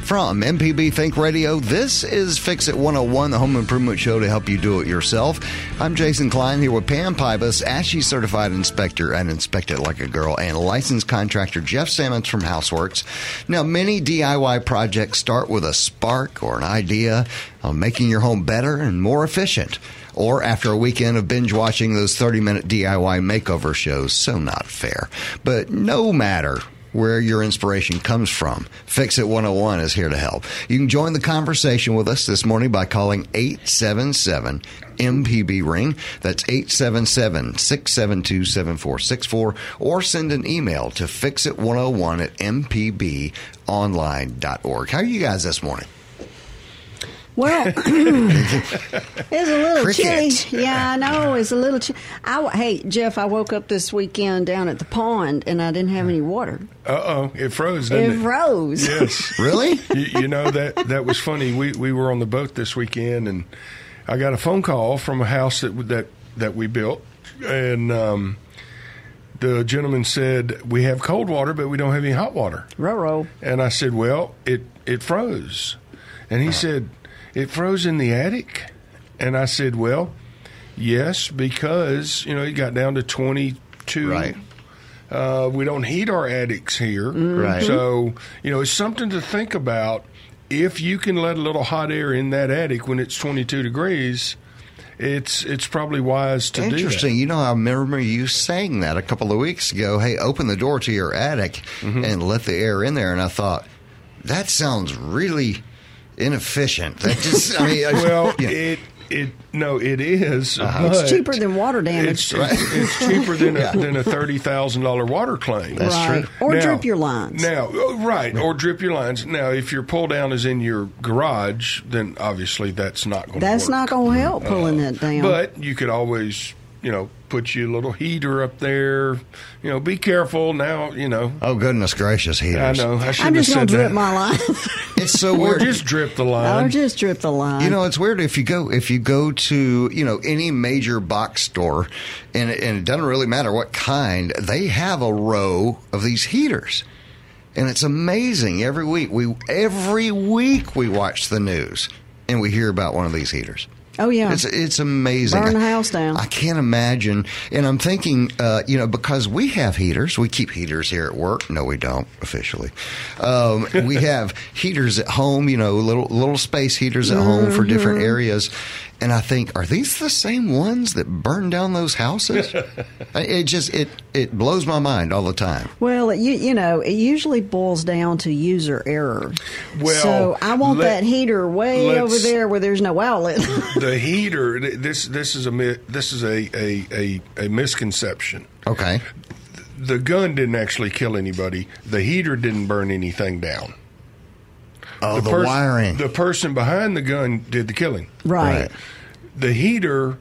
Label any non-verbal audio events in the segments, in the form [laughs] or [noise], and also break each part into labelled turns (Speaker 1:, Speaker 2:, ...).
Speaker 1: From MPB Think Radio, this is Fix It 101, the home improvement show to help you do it yourself. I'm Jason Klein here with Pam Pybus, ASHI certified inspector and Inspect It Like a Girl, and licensed contractor Jeff Sammons from Houseworks. Now, many DIY projects start with a spark or an idea on making your home better and more efficient or after a weekend of binge watching those 30 minute DIY makeover shows. So not fair. But no matter where your inspiration comes from, Fix It 101 is here to help. You can join the conversation with us this morning by calling 877 MPB Ring. That's 877 672 7464. Or send an email to fixit101 at mpbonline.org. How are you guys this morning?
Speaker 2: Well, [clears throat] it's a little
Speaker 1: Crickets.
Speaker 2: chilly. Yeah, I know. It's a little chilly. I, hey, Jeff, I woke up this weekend down at the pond and I didn't have any water.
Speaker 3: Uh oh, it froze,
Speaker 2: It
Speaker 3: didn't it?
Speaker 2: froze. [laughs]
Speaker 3: Yes.
Speaker 1: Really?
Speaker 3: [laughs] you, you know that that was funny. We we were on the boat this weekend, and I got a phone call from a house that that that we built, and um, the gentleman said we have cold water, but we don't have any hot water.
Speaker 2: Ruh-roh.
Speaker 3: And I said, well, it it froze, and he said it froze in the attic, and I said, well, yes, because you know it got down to twenty two.
Speaker 1: Right.
Speaker 3: Uh, we don't heat our attics here.
Speaker 1: Mm-hmm. Right.
Speaker 3: So, you know, it's something to think about. If you can let a little hot air in that attic when it's 22 degrees, it's it's probably wise to
Speaker 1: Interesting. You know, I remember you saying that a couple of weeks ago. Hey, open the door to your attic
Speaker 3: Mm-hmm.
Speaker 1: and let the air in there. And I thought that sounds really inefficient. That just, I mean,
Speaker 3: do that. [laughs] Well,
Speaker 1: [laughs] yeah.
Speaker 3: it it no, it
Speaker 2: It's
Speaker 3: is, but
Speaker 2: cheaper than water
Speaker 3: It's,
Speaker 2: damage.
Speaker 3: it's- it's
Speaker 2: [laughs]
Speaker 3: cheaper than a, than a thirty thousand dollar water claim.
Speaker 1: That's
Speaker 2: right.
Speaker 1: true.
Speaker 2: Or
Speaker 3: Now-
Speaker 2: drip your lines.
Speaker 3: Now, oh, right, or drip your lines. Now, if your pull down is in your garage, then obviously that's not going.
Speaker 2: That's
Speaker 3: work.
Speaker 2: not going to help pulling that down.
Speaker 3: But you could always, you know, put your little heater up there. You know, be careful now. You know,
Speaker 1: oh goodness gracious,
Speaker 3: I
Speaker 1: heaters.
Speaker 3: know I should
Speaker 2: I'm
Speaker 3: have
Speaker 2: just going
Speaker 3: said
Speaker 2: to drip
Speaker 3: that.
Speaker 2: my line. [laughs]
Speaker 1: It's so
Speaker 3: or
Speaker 1: weird.
Speaker 3: just drip the line.
Speaker 2: I'll just drip the line.
Speaker 1: You know, it's weird if you go if you go to you know any major box store, and and it doesn't really matter what kind, they have a row of these heaters, and it's amazing. Every week we every week we watch the news and we hear about one of these heaters.
Speaker 2: oh, yeah.
Speaker 1: It's it's amazing.
Speaker 2: Burn the house down.
Speaker 1: I can't imagine. And I'm thinking, uh, you know, because we have heaters, we keep heaters here at work. No, we don't officially.
Speaker 2: [laughs]
Speaker 1: Um, we have heaters at home. You know, little little space heaters at home
Speaker 2: Mm-hmm.
Speaker 1: for different areas. And I think, are these the same ones that burn down those
Speaker 2: [laughs]
Speaker 1: houses? I- it just it it blows my mind all the time.
Speaker 2: Well, you you know, it usually boils down to user error.
Speaker 3: Well,
Speaker 2: so I want
Speaker 3: let-
Speaker 2: that heater way
Speaker 3: let's-
Speaker 2: over there where there's no outlet. [laughs]
Speaker 3: the heater. th- This this is a mi- this is a a, a, a misconception.
Speaker 1: Okay,
Speaker 3: The gun didn't actually kill anybody. The heater didn't burn anything down.
Speaker 1: oh the,
Speaker 3: pers-
Speaker 1: wiring.
Speaker 3: The person behind the gun did the killing.
Speaker 2: right.
Speaker 3: the heater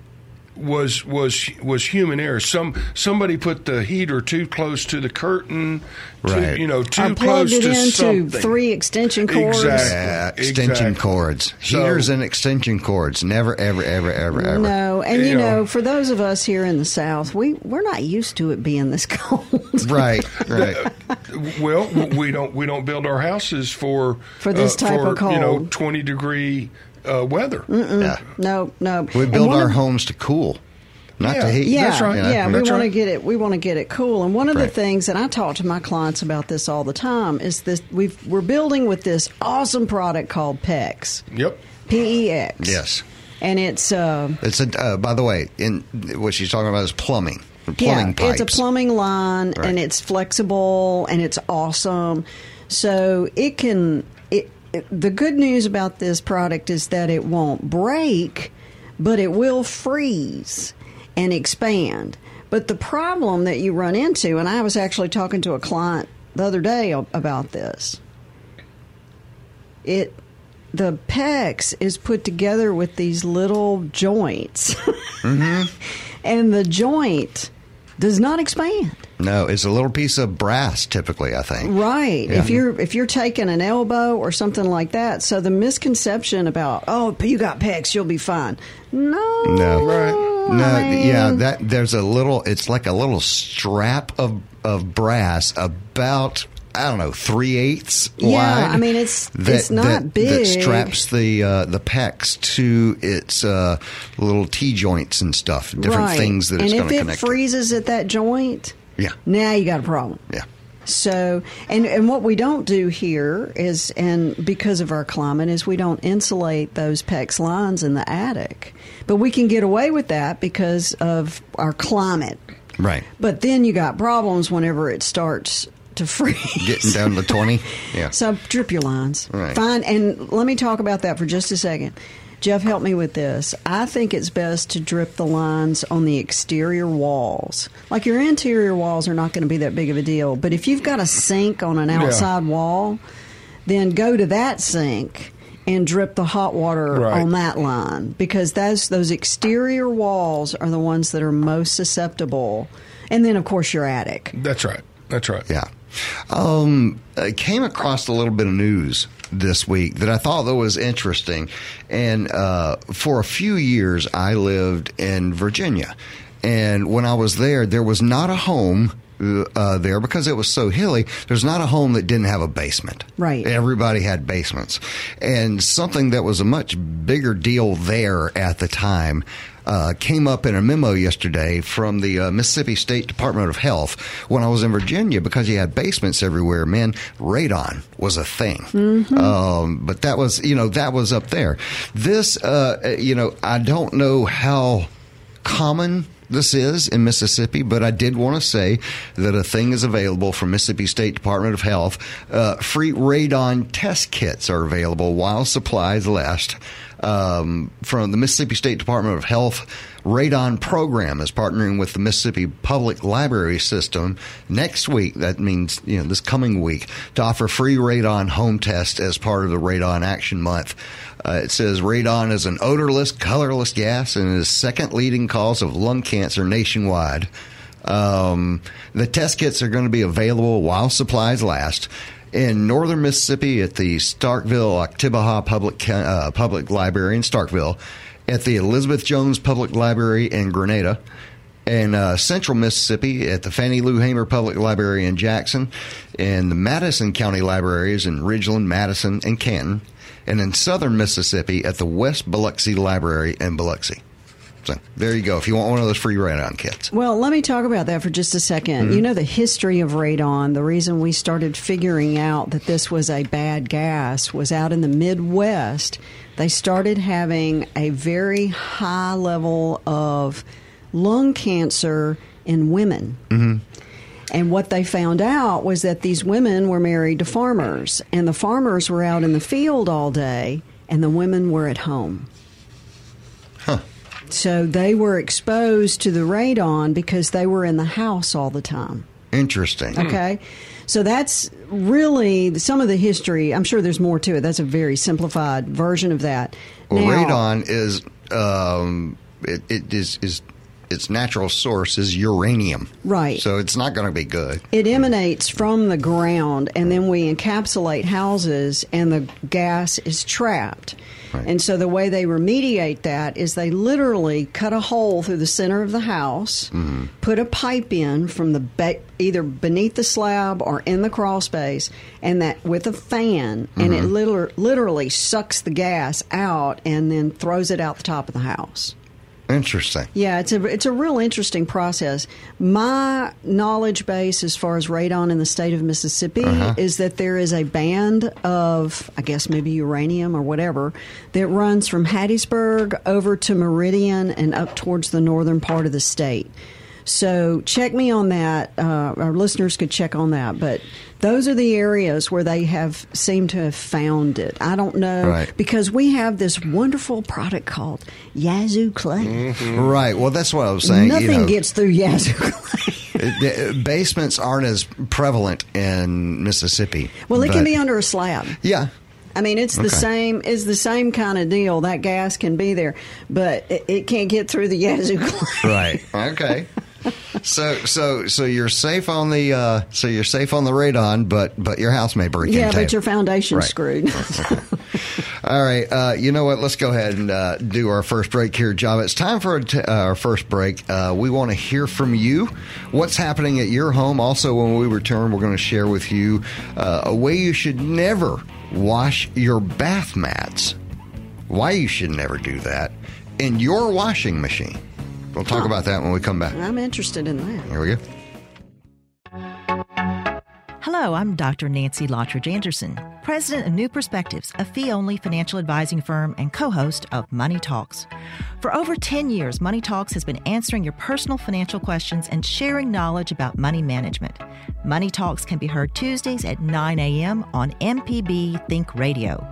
Speaker 3: was was was human error. Some somebody put the heater too close to the curtain. too-
Speaker 1: Right.
Speaker 3: you know,
Speaker 2: I
Speaker 3: too
Speaker 2: plugged
Speaker 3: close
Speaker 2: it
Speaker 3: to
Speaker 2: into
Speaker 3: something.
Speaker 2: three extension cords.
Speaker 3: Exactly.
Speaker 1: Yeah, Uh, extension
Speaker 3: Exactly.
Speaker 1: cords,
Speaker 3: So-
Speaker 1: heaters, and extension cords. Never, ever, ever, ever, ever.
Speaker 2: No, and you
Speaker 3: You know.
Speaker 2: know, for those of us here in the South, we we're not used to it being this [laughs] cold.
Speaker 1: Right,
Speaker 2: [laughs]
Speaker 1: right.
Speaker 3: Well, we don't we don't build our houses for uh,
Speaker 2: For this type
Speaker 3: for,
Speaker 2: of
Speaker 3: You know,
Speaker 2: cold.
Speaker 3: twenty degree uh, weather.
Speaker 1: Yeah.
Speaker 2: no, no.
Speaker 1: We
Speaker 2: And
Speaker 1: build
Speaker 2: one
Speaker 1: our
Speaker 2: of-
Speaker 1: homes to cool, not to
Speaker 3: Yeah.
Speaker 1: heat.
Speaker 2: Yeah,
Speaker 3: That's right.
Speaker 2: yeah, we
Speaker 3: That's
Speaker 2: want to
Speaker 3: right.
Speaker 2: get it. We want to get it cool. And one of the
Speaker 1: Right.
Speaker 2: things, and I talk to my clients about this all the time, is this: we've, we're building with this awesome product called PEX,
Speaker 3: Yep.
Speaker 2: P E X.
Speaker 1: Yes.
Speaker 2: and it's uh,
Speaker 1: It's a. Uh, by the way, in what she's talking about is plumbing. Plumbing
Speaker 2: yeah,
Speaker 1: pipes.
Speaker 2: it's a plumbing line,
Speaker 1: Right.
Speaker 2: and it's flexible, and it's awesome. So it can. It, it the good news about this product is that it won't break, but it will freeze and expand. But the problem that you run into, and I was actually talking to a client the other day a- about this. It. The PEX is put together [laughs] with these little joints. and the joint does not expand.
Speaker 1: No, it's a little piece of brass typically, I think.
Speaker 2: Right. If you're if you're taking an elbow or something like that, so the misconception about oh you got pecs you'll be fine. No.
Speaker 1: No.
Speaker 3: Right.
Speaker 1: No,
Speaker 2: I mean,
Speaker 1: yeah, that there's a little it's like a little strap of of brass about I don't know, three eighths
Speaker 2: Yeah,
Speaker 1: wide.
Speaker 2: I mean, it's- it's not
Speaker 1: That
Speaker 2: big.
Speaker 1: straps the uh, the pecs to its uh, little T joints and stuff, different
Speaker 2: right.
Speaker 1: things that
Speaker 2: and
Speaker 1: it's going
Speaker 2: if
Speaker 1: to
Speaker 2: it
Speaker 1: connect. to.
Speaker 2: freezes at that joint,
Speaker 1: Yeah,
Speaker 2: now you got a problem.
Speaker 1: yeah,
Speaker 2: So, and, and what we don't do here is, and because of our climate, is we don't insulate those PEX lines in the attic. But we can get away with that because of our climate.
Speaker 1: right.
Speaker 2: But then you got problems whenever it starts to [laughs] freeze.
Speaker 1: Getting down to twenty. Yeah.
Speaker 2: So drip your lines.
Speaker 1: Right.
Speaker 2: Fine. And let me talk about that for just a second. Jeff, help me with this. I think it's best to drip the lines on the exterior walls. Like your interior walls are not going to be that big of a deal, but if you've got a sink on an outside wall, then go to that sink and drip the hot water
Speaker 3: Right.
Speaker 2: on that line because those those exterior walls are the ones that are most susceptible. And then of course your attic.
Speaker 3: That's right. That's right.
Speaker 1: Yeah. Um, I came across a little bit of news this week that I thought that was interesting. And uh, for a few years, I lived in Virginia. And when I was there, there was not a home uh, there because it was so hilly. There's not a home that didn't have a basement.
Speaker 2: Right.
Speaker 1: Everybody had basements. And something that was a much bigger deal there at the time uh, came up in a memo yesterday from the uh, Mississippi State Department of Health when I was in Virginia because you had basements everywhere. Man, radon was a thing. Um, but that was, you know, that was up there. This, uh, you know, I don't know how common this is in Mississippi, but I did want to say that a thing is available from Mississippi State Department of Health. Uh, free radon test kits are available while supplies last. Um, from the Mississippi State Department of Health Radon Program is partnering with the Mississippi Public Library System next week. That means you know this coming week to offer free radon home test as part of the Radon Action Month. Uh, it says radon is an odorless, colorless gas and is second leading cause of lung cancer nationwide. Um, the test kits are going to be available while supplies last. In northern Mississippi, at the Starkville Octibaha Public uh, Public Library in Starkville, at the Elizabeth Jones Public Library in Grenada, and uh, central Mississippi at the Fannie Lou Hamer Public Library in Jackson, and the Madison County Libraries in Ridgeland, Madison, and Canton, and in southern Mississippi at the West Biloxi Library in Biloxi. So there you go. If you want one of those free radon kits.
Speaker 2: Well, let me talk about that for just a 2nd You know, the history of radon, the reason we started figuring out that this was a bad gas was out in the Midwest. They started having a very high level of lung cancer in women. And what they found out was that these women were married to farmers, and the farmers were out in the field all day, and the women were at home. So they were exposed to the radon because they were in the house all the time.
Speaker 1: Interesting.
Speaker 2: Okay. So that's really some of the history. I'm sure there's more to it. That's a very simplified version of that.
Speaker 1: Well,
Speaker 2: Now-
Speaker 1: radon is um, it, it is is its natural source is uranium.
Speaker 2: Right.
Speaker 1: So it's not going to be good.
Speaker 2: It emanates from the ground, and then we encapsulate houses, and the gas is trapped.
Speaker 1: Right.
Speaker 2: And so the way they remediate that is they literally cut a hole through the center of the house, put a pipe in from the ba- either beneath the slab or in the crawl space, and that with a fan, and it liter- literally sucks the gas out and then throws it out the top of the house.
Speaker 1: Interesting.
Speaker 2: Yeah, it's a it's a real interesting process. My knowledge base as far as radon in the state of Mississippi is that there is a band of I guess maybe uranium or whatever that runs from Hattiesburg over to Meridian and up towards the northern part of the state. So check me on that. Uh, our listeners could check on that, but those are the areas where they have seemed to have found it. I don't know
Speaker 1: Right.
Speaker 2: because we have this wonderful product called Yazoo clay.
Speaker 1: Right. Well, that's what I was saying.
Speaker 2: Nothing
Speaker 1: you know,
Speaker 2: gets through Yazoo Clay.
Speaker 1: the- the basements aren't as prevalent in Mississippi.
Speaker 2: [laughs] well, it
Speaker 1: but-
Speaker 2: can be under a slab.
Speaker 1: Yeah.
Speaker 2: I mean, it's the
Speaker 1: Okay.
Speaker 2: same. It's the same kind of deal. That gas can be there, but it, it can't get through the Yazoo Clay.
Speaker 1: Right. [laughs] okay. so so so you're safe on the uh, so you're safe on the radon, but but your house may break.
Speaker 2: [laughs] yeah,
Speaker 1: in
Speaker 2: but
Speaker 1: tape.
Speaker 2: your foundation's
Speaker 1: Right.
Speaker 2: screwed.
Speaker 1: All right, uh, you know what? Let's go ahead and uh, do our first break here, Java. It's time for our, t- uh, our first break. Uh, we want to hear from you. What's happening at your home? Also, when we return, we're going to share with you uh, a way you should never wash your bath mats. Why you should never do that in your washing machine. We'll talk about that when we come back.
Speaker 2: [laughs] I'm interested in that.
Speaker 1: Here we go.
Speaker 4: Hello, I'm Dr. Nancy Lottridge Anderson, president of New Perspectives, a fee only financial advising firm and co host of Money Talks. For over 10 years, Money Talks has been answering your personal financial questions and sharing knowledge about money management. Money Talks can be heard Tuesdays at 9 a.m. on MPB Think Radio.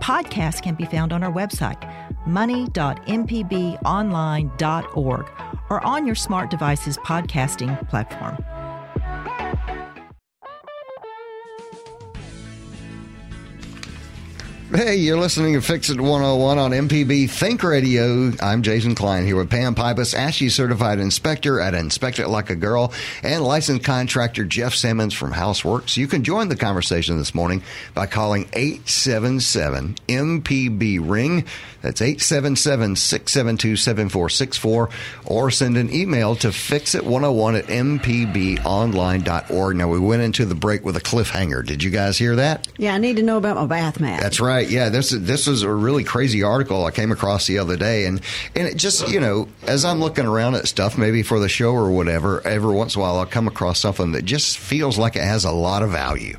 Speaker 4: Podcasts can be found on our website, money.mpbonline.org, or on your smart devices podcasting platform.
Speaker 1: Hey, you're listening to Fix It 101 on MPB Think Radio. I'm Jason Klein here with Pam Pybus, ASHI certified inspector at Inspect It Like a Girl, and licensed contractor Jeff Simmons from Houseworks. You can join the conversation this morning by calling 877 MPB Ring. That's 877 672 7464, or send an email to fixit101 at mpbonline.org. Now, we went into the break with a cliffhanger. Did you guys hear that?
Speaker 2: Yeah, I need to know about my bath mat.
Speaker 1: That's right. Yeah, this is this is a really crazy article I came across the other day, and and it just you know as I'm looking around at stuff maybe for the show or whatever, every once in a while I'll come across something that just feels like it has a lot of value.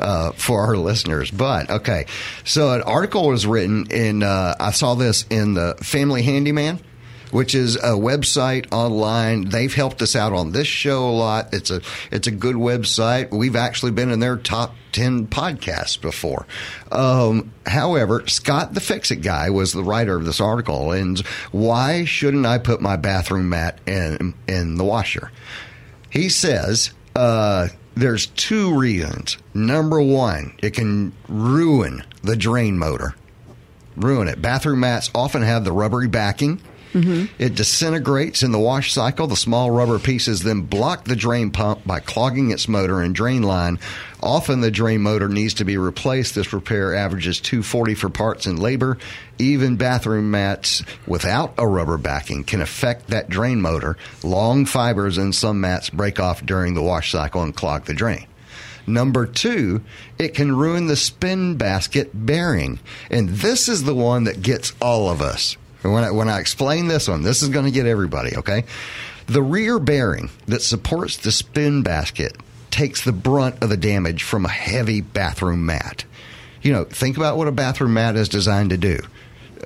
Speaker 1: Uh, for our listeners, but okay. So an article was written in. Uh, I saw this in the Family Handyman which is a website online. They've helped us out on this show a lot. It's a it's a good website. We've actually been in their top ten podcasts before. Um, however, Scott the Fix It guy was the writer of this article, and why shouldn't I put my bathroom mat in in the washer? He says uh, there's two reasons. Number one, it can ruin the drain motor ruin it. Bathroom mats often have the rubbery backing. It disintegrates in the wash cycle. The small rubber pieces then block the drain pump by clogging its motor and drain line. Often the drain motor needs to be replaced. This repair averages 240 for parts and labor. Even bathroom mats without a rubber backing can affect that drain motor. Long fibers in some mats break off during the wash cycle and clog the drain. Number two, it can ruin the spin basket bearing. And this is the one that gets all of us. And When I, when I explain this one, this is going to get everybody, okay? The rear bearing that supports the spin basket takes the brunt of the damage from a heavy bathroom mat. You know, think about what a bathroom mat is designed to do.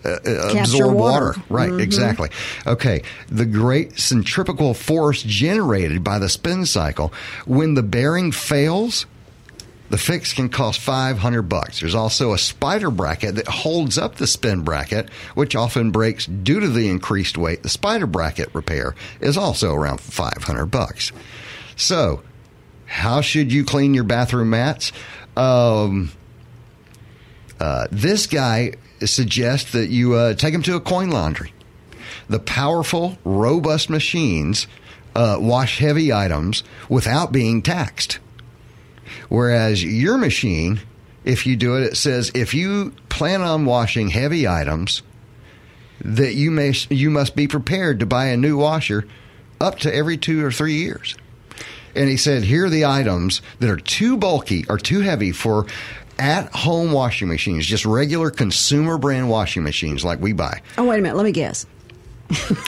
Speaker 1: Uh, uh,
Speaker 2: Capture
Speaker 1: absorb
Speaker 2: water. Mm-hmm.
Speaker 1: water. Right, exactly. Okay, the great centripetal force generated by the spin cycle when the bearing fails, the fix can cost 500 bucks. There's also a spider bracket that holds up the spin bracket, which often breaks due to the increased weight. The spider bracket repair is also around 500 bucks. So, how should you clean your bathroom mats? Um, uh, this guy suggests that you uh, take them to a coin laundry. The powerful, robust machines uh, wash heavy items without being taxed. Whereas your machine, if you do it, it says if you plan on washing heavy items, that you may you must be prepared to buy a new washer up to every two or three years. And he said, here are the items that are too bulky or too heavy for at home washing machines, just regular consumer brand washing machines like we buy.
Speaker 2: Oh, wait a minute. Let me guess.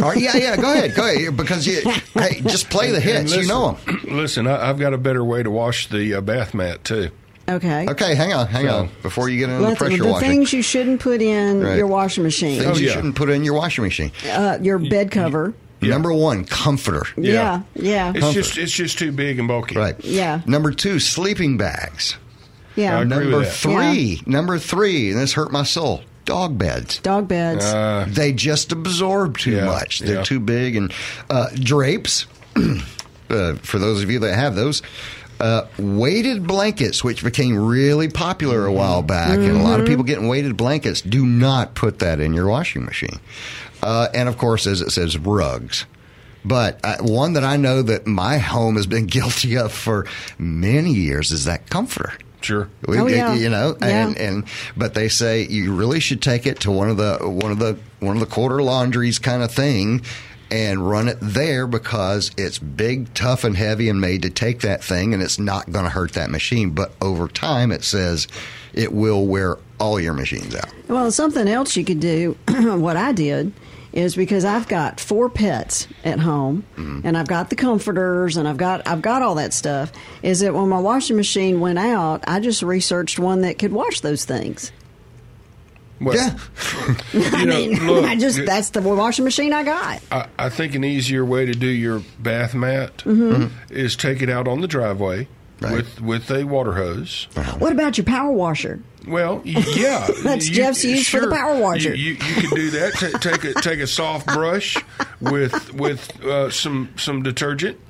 Speaker 1: All right, yeah, yeah, go ahead, go ahead. Because you, hey, just play the
Speaker 3: And
Speaker 1: hits, you know them.
Speaker 3: Listen, I, I've got a better way to wash the uh, bath mat too.
Speaker 2: Okay.
Speaker 1: Okay, hang on, hang on. Before you get into the
Speaker 2: Let's-
Speaker 1: pressure
Speaker 2: the
Speaker 1: washing.
Speaker 2: things you shouldn't put in
Speaker 1: Right.
Speaker 2: your washing machine,
Speaker 1: things you
Speaker 3: Oh, yeah.
Speaker 1: shouldn't put in your washing machine.
Speaker 2: uh, your bed cover.
Speaker 1: Number one, comforter.
Speaker 2: Yeah, yeah,
Speaker 3: It's
Speaker 2: yeah.
Speaker 3: just it's just too big and bulky.
Speaker 1: Right.
Speaker 2: Yeah.
Speaker 1: Number two, sleeping bags.
Speaker 3: I agree
Speaker 1: Number
Speaker 3: with that.
Speaker 1: three, number three, and this hurt my soul, dog beds.
Speaker 2: Dog beds.
Speaker 3: Uh,
Speaker 1: They just absorb too
Speaker 3: Yeah,
Speaker 1: much. They're
Speaker 3: yeah.
Speaker 1: too big. And uh, drapes, [clears throat] uh, for those of you that have those, uh, weighted blankets, which became really popular a while
Speaker 3: Mm-hmm.
Speaker 1: back, and a lot of people getting weighted blankets, do not put that in your washing machine. Uh, and of course, as it says, rugs. But uh, one that I know that my home has been [laughs] guilty of for many years is that comforter.
Speaker 3: Sure.
Speaker 1: We,
Speaker 2: Oh, yeah.
Speaker 1: You know,
Speaker 2: Yeah.
Speaker 1: and, and but they say you really should take it to one of the one of the one of the quarter laundries kind of thing and run it there because it's big, tough and heavy and made to take that thing and it's not going to hurt that machine, but over time it says it will wear all your machines out.
Speaker 2: Well, something else you could do, [clears throat] what I did, is because I've got four pets at home,
Speaker 3: Mm-hmm.
Speaker 2: and I've got the comforters, and I've got I've got all that stuff. Is that when my washing machine went out, I just researched one that could wash those things.
Speaker 3: Well,
Speaker 1: Yeah.
Speaker 3: you know,
Speaker 2: [laughs] I mean,
Speaker 3: look,
Speaker 2: I just
Speaker 3: it-
Speaker 2: that's the washing machine I got.
Speaker 3: I, I think an easier way to do your bath mat
Speaker 2: Mm-hmm.
Speaker 3: is take it out on the driveway
Speaker 1: Mm-hmm. Right.
Speaker 3: with with a water hose.
Speaker 2: What about your power
Speaker 3: [laughs]
Speaker 2: washer?
Speaker 3: Well, y-
Speaker 1: [laughs]
Speaker 3: yeah,
Speaker 2: That's Jeff's use for the power washer.
Speaker 3: You, you, you can do that. Ta take a take a soft brush with with uh, some some detergent,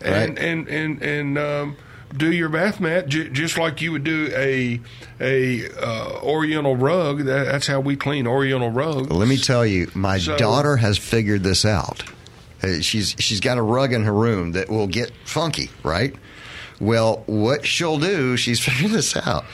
Speaker 3: and
Speaker 1: Right.
Speaker 3: and and and. Um, do your bath mat j- just like you would do a a uh, Oriental rug. That, that's how we clean Oriental rugs.
Speaker 1: Let me tell you, my
Speaker 3: So-
Speaker 1: daughter has figured this out. Uh, She's she's got a rug in her room that will get funky, right? Well, what she'll do, [laughs] she's figured this out.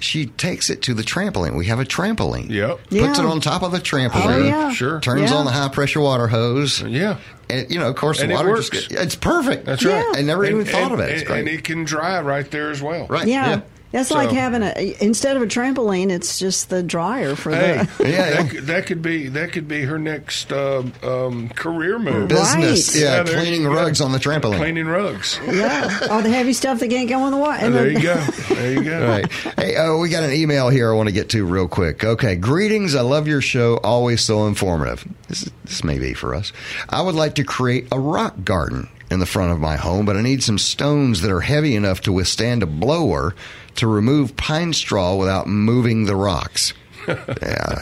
Speaker 1: She takes it to the trampoline. We have a trampoline.
Speaker 3: Yep.
Speaker 1: Puts it
Speaker 2: Yeah. Oh,
Speaker 1: on top of the trampoline.
Speaker 2: yeah.
Speaker 3: Sure. Uh,
Speaker 1: Turns
Speaker 2: Yeah.
Speaker 1: on the high pressure water hose.
Speaker 3: Yeah.
Speaker 1: And you know, of course,
Speaker 3: And
Speaker 1: the
Speaker 3: it
Speaker 1: water just
Speaker 3: works.
Speaker 1: get- it's perfect.
Speaker 3: That's right.
Speaker 1: I never
Speaker 3: And-
Speaker 1: even thought
Speaker 3: and-
Speaker 1: of it. It's
Speaker 3: and-
Speaker 1: great.
Speaker 3: And it can dry right there as well.
Speaker 1: right.
Speaker 2: Yeah.
Speaker 1: Yeah.
Speaker 2: That's
Speaker 3: So-
Speaker 2: like having a instead of a trampoline, it's just the dryer for
Speaker 3: Hey,
Speaker 2: the.
Speaker 1: Yeah, yeah.
Speaker 3: that, could- that could be that could be her next um, um, career move.
Speaker 1: Business.
Speaker 2: Right.
Speaker 1: Yeah.
Speaker 3: there
Speaker 1: cleaning
Speaker 3: you go.
Speaker 1: rugs on the trampoline.
Speaker 3: Cleaning rugs.
Speaker 2: Yeah, [laughs] all the heavy stuff that can't go in the water.
Speaker 3: There you go. There you go.
Speaker 1: right. Hey, oh, we got an email here I want to get to real quick. Okay. Greetings. I love your show. Always so informative. This, is, this may be for us. I would like to create a rock garden in the front of my home, but I need some stones that are heavy enough to withstand a blower to remove pine straw without moving the rocks. yeah.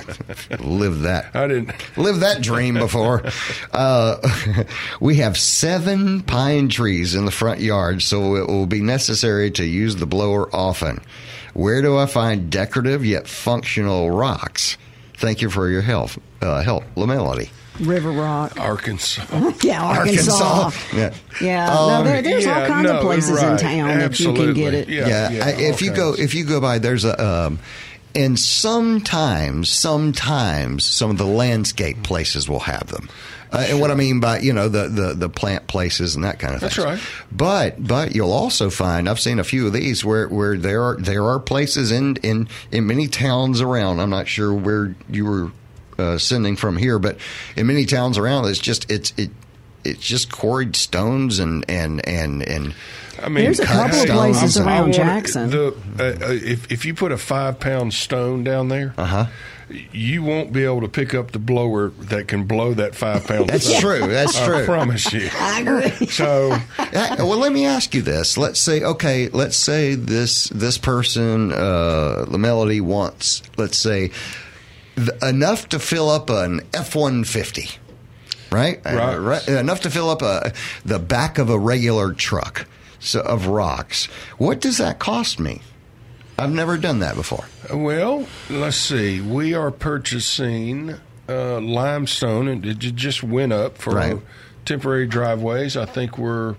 Speaker 1: Live that.
Speaker 3: I didn't.
Speaker 1: Lived that dream before. Uh, [laughs] we have seven pine trees in the front yard, so it will be necessary to use the blower often. Where do I find decorative yet functional rocks? Thank you for your help. Uh, help, La Melody.
Speaker 2: [laughs] River
Speaker 3: [laughs]
Speaker 2: Rock.
Speaker 3: Arkansas.
Speaker 2: Yeah, Arkansas.
Speaker 1: Yeah.
Speaker 2: Yeah,
Speaker 1: Um,
Speaker 2: no, there, there's all
Speaker 3: yeah,
Speaker 2: kinds
Speaker 3: no,
Speaker 2: of places in
Speaker 3: right.
Speaker 2: town that you can get it.
Speaker 3: Absolutely.
Speaker 1: Yeah.
Speaker 3: Yeah, yeah,
Speaker 1: I, if
Speaker 3: all
Speaker 1: you go,
Speaker 3: kinds.
Speaker 1: if you go by, there's a. Um, and sometimes, sometimes some of the landscape places will have them. Uh, And what I mean by you know the, the the plant places and that kind of thing.
Speaker 3: That's right.
Speaker 1: But but you'll also find I've seen a few of these where, where there are there are places in, in in many towns around. I'm not sure where you were uh, sending from here, but in many towns around, it's just it's it it's just quarried stones and and and and
Speaker 3: I mean,
Speaker 2: There's a
Speaker 3: cut
Speaker 1: couple of
Speaker 3: stones.
Speaker 1: places
Speaker 3: I
Speaker 2: around
Speaker 3: wanna-
Speaker 2: Jackson.
Speaker 3: The, uh, uh, if if you put a five pound stone down there, uh-huh. you won't be able to pick up the blower that can blow that five pound.
Speaker 1: That's
Speaker 3: stone.
Speaker 1: true. That's
Speaker 3: I
Speaker 1: true.
Speaker 3: promise you.
Speaker 2: I agree.
Speaker 3: So
Speaker 1: Uh, well, let me ask you this. Let's say, okay, let's say this this person, uh, the melody wants, let's say, th- enough to fill up an F one fifty, right? Uh,
Speaker 3: Right.
Speaker 1: right? Enough to fill up a the back of a regular truck so, of rocks. What does that cost me? I've never done that before.
Speaker 3: Well, let's see. We are purchasing uh, limestone, and it ju- just went up for
Speaker 1: Right.
Speaker 3: temporary driveways. I think we're,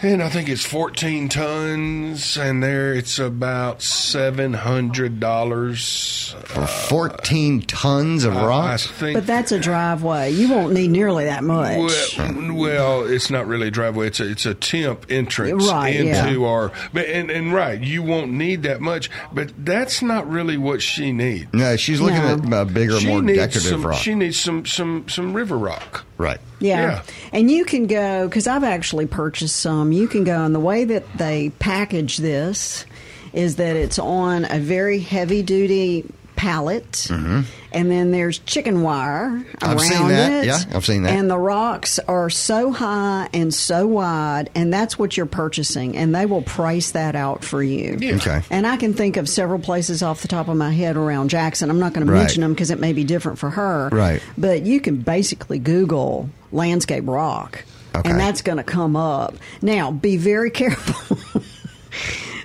Speaker 3: and I think it's fourteen tons, and there it's about seven hundred dollars. Uh,
Speaker 1: For fourteen tons of
Speaker 3: I
Speaker 1: rocks.
Speaker 3: think.
Speaker 2: But that's a driveway. You won't need nearly that much.
Speaker 3: Well, well, it's not really a driveway. It's a it's a temp entrance
Speaker 2: Right, yeah.
Speaker 3: into our. But and, and right, you won't need that much. But that's not really what she needs.
Speaker 1: no, she's looking
Speaker 2: No.
Speaker 1: at uh, bigger, more decorative
Speaker 3: some,
Speaker 1: rocks.
Speaker 3: She needs some some some river rock.
Speaker 1: right.
Speaker 2: yeah.
Speaker 3: yeah.
Speaker 2: And you can go, because I've actually purchased some, you can go, and the way that they package this is that it's on a very heavy duty pallet. And then there's chicken wire around
Speaker 1: Mm-hmm. I've seen that.
Speaker 2: it.
Speaker 1: Yeah, I've seen that.
Speaker 2: And the rocks are so high and so wide, and that's what you're purchasing, and they will price that out for you.
Speaker 1: Okay.
Speaker 2: And I can think of several places off the top of my head around Jackson. I'm not going
Speaker 1: Right.
Speaker 2: to mention them because it may be different for her.
Speaker 1: Right.
Speaker 2: But you can basically Google landscape rock,
Speaker 1: Okay.
Speaker 2: [laughs] and that's going to come up. Now, be very careful.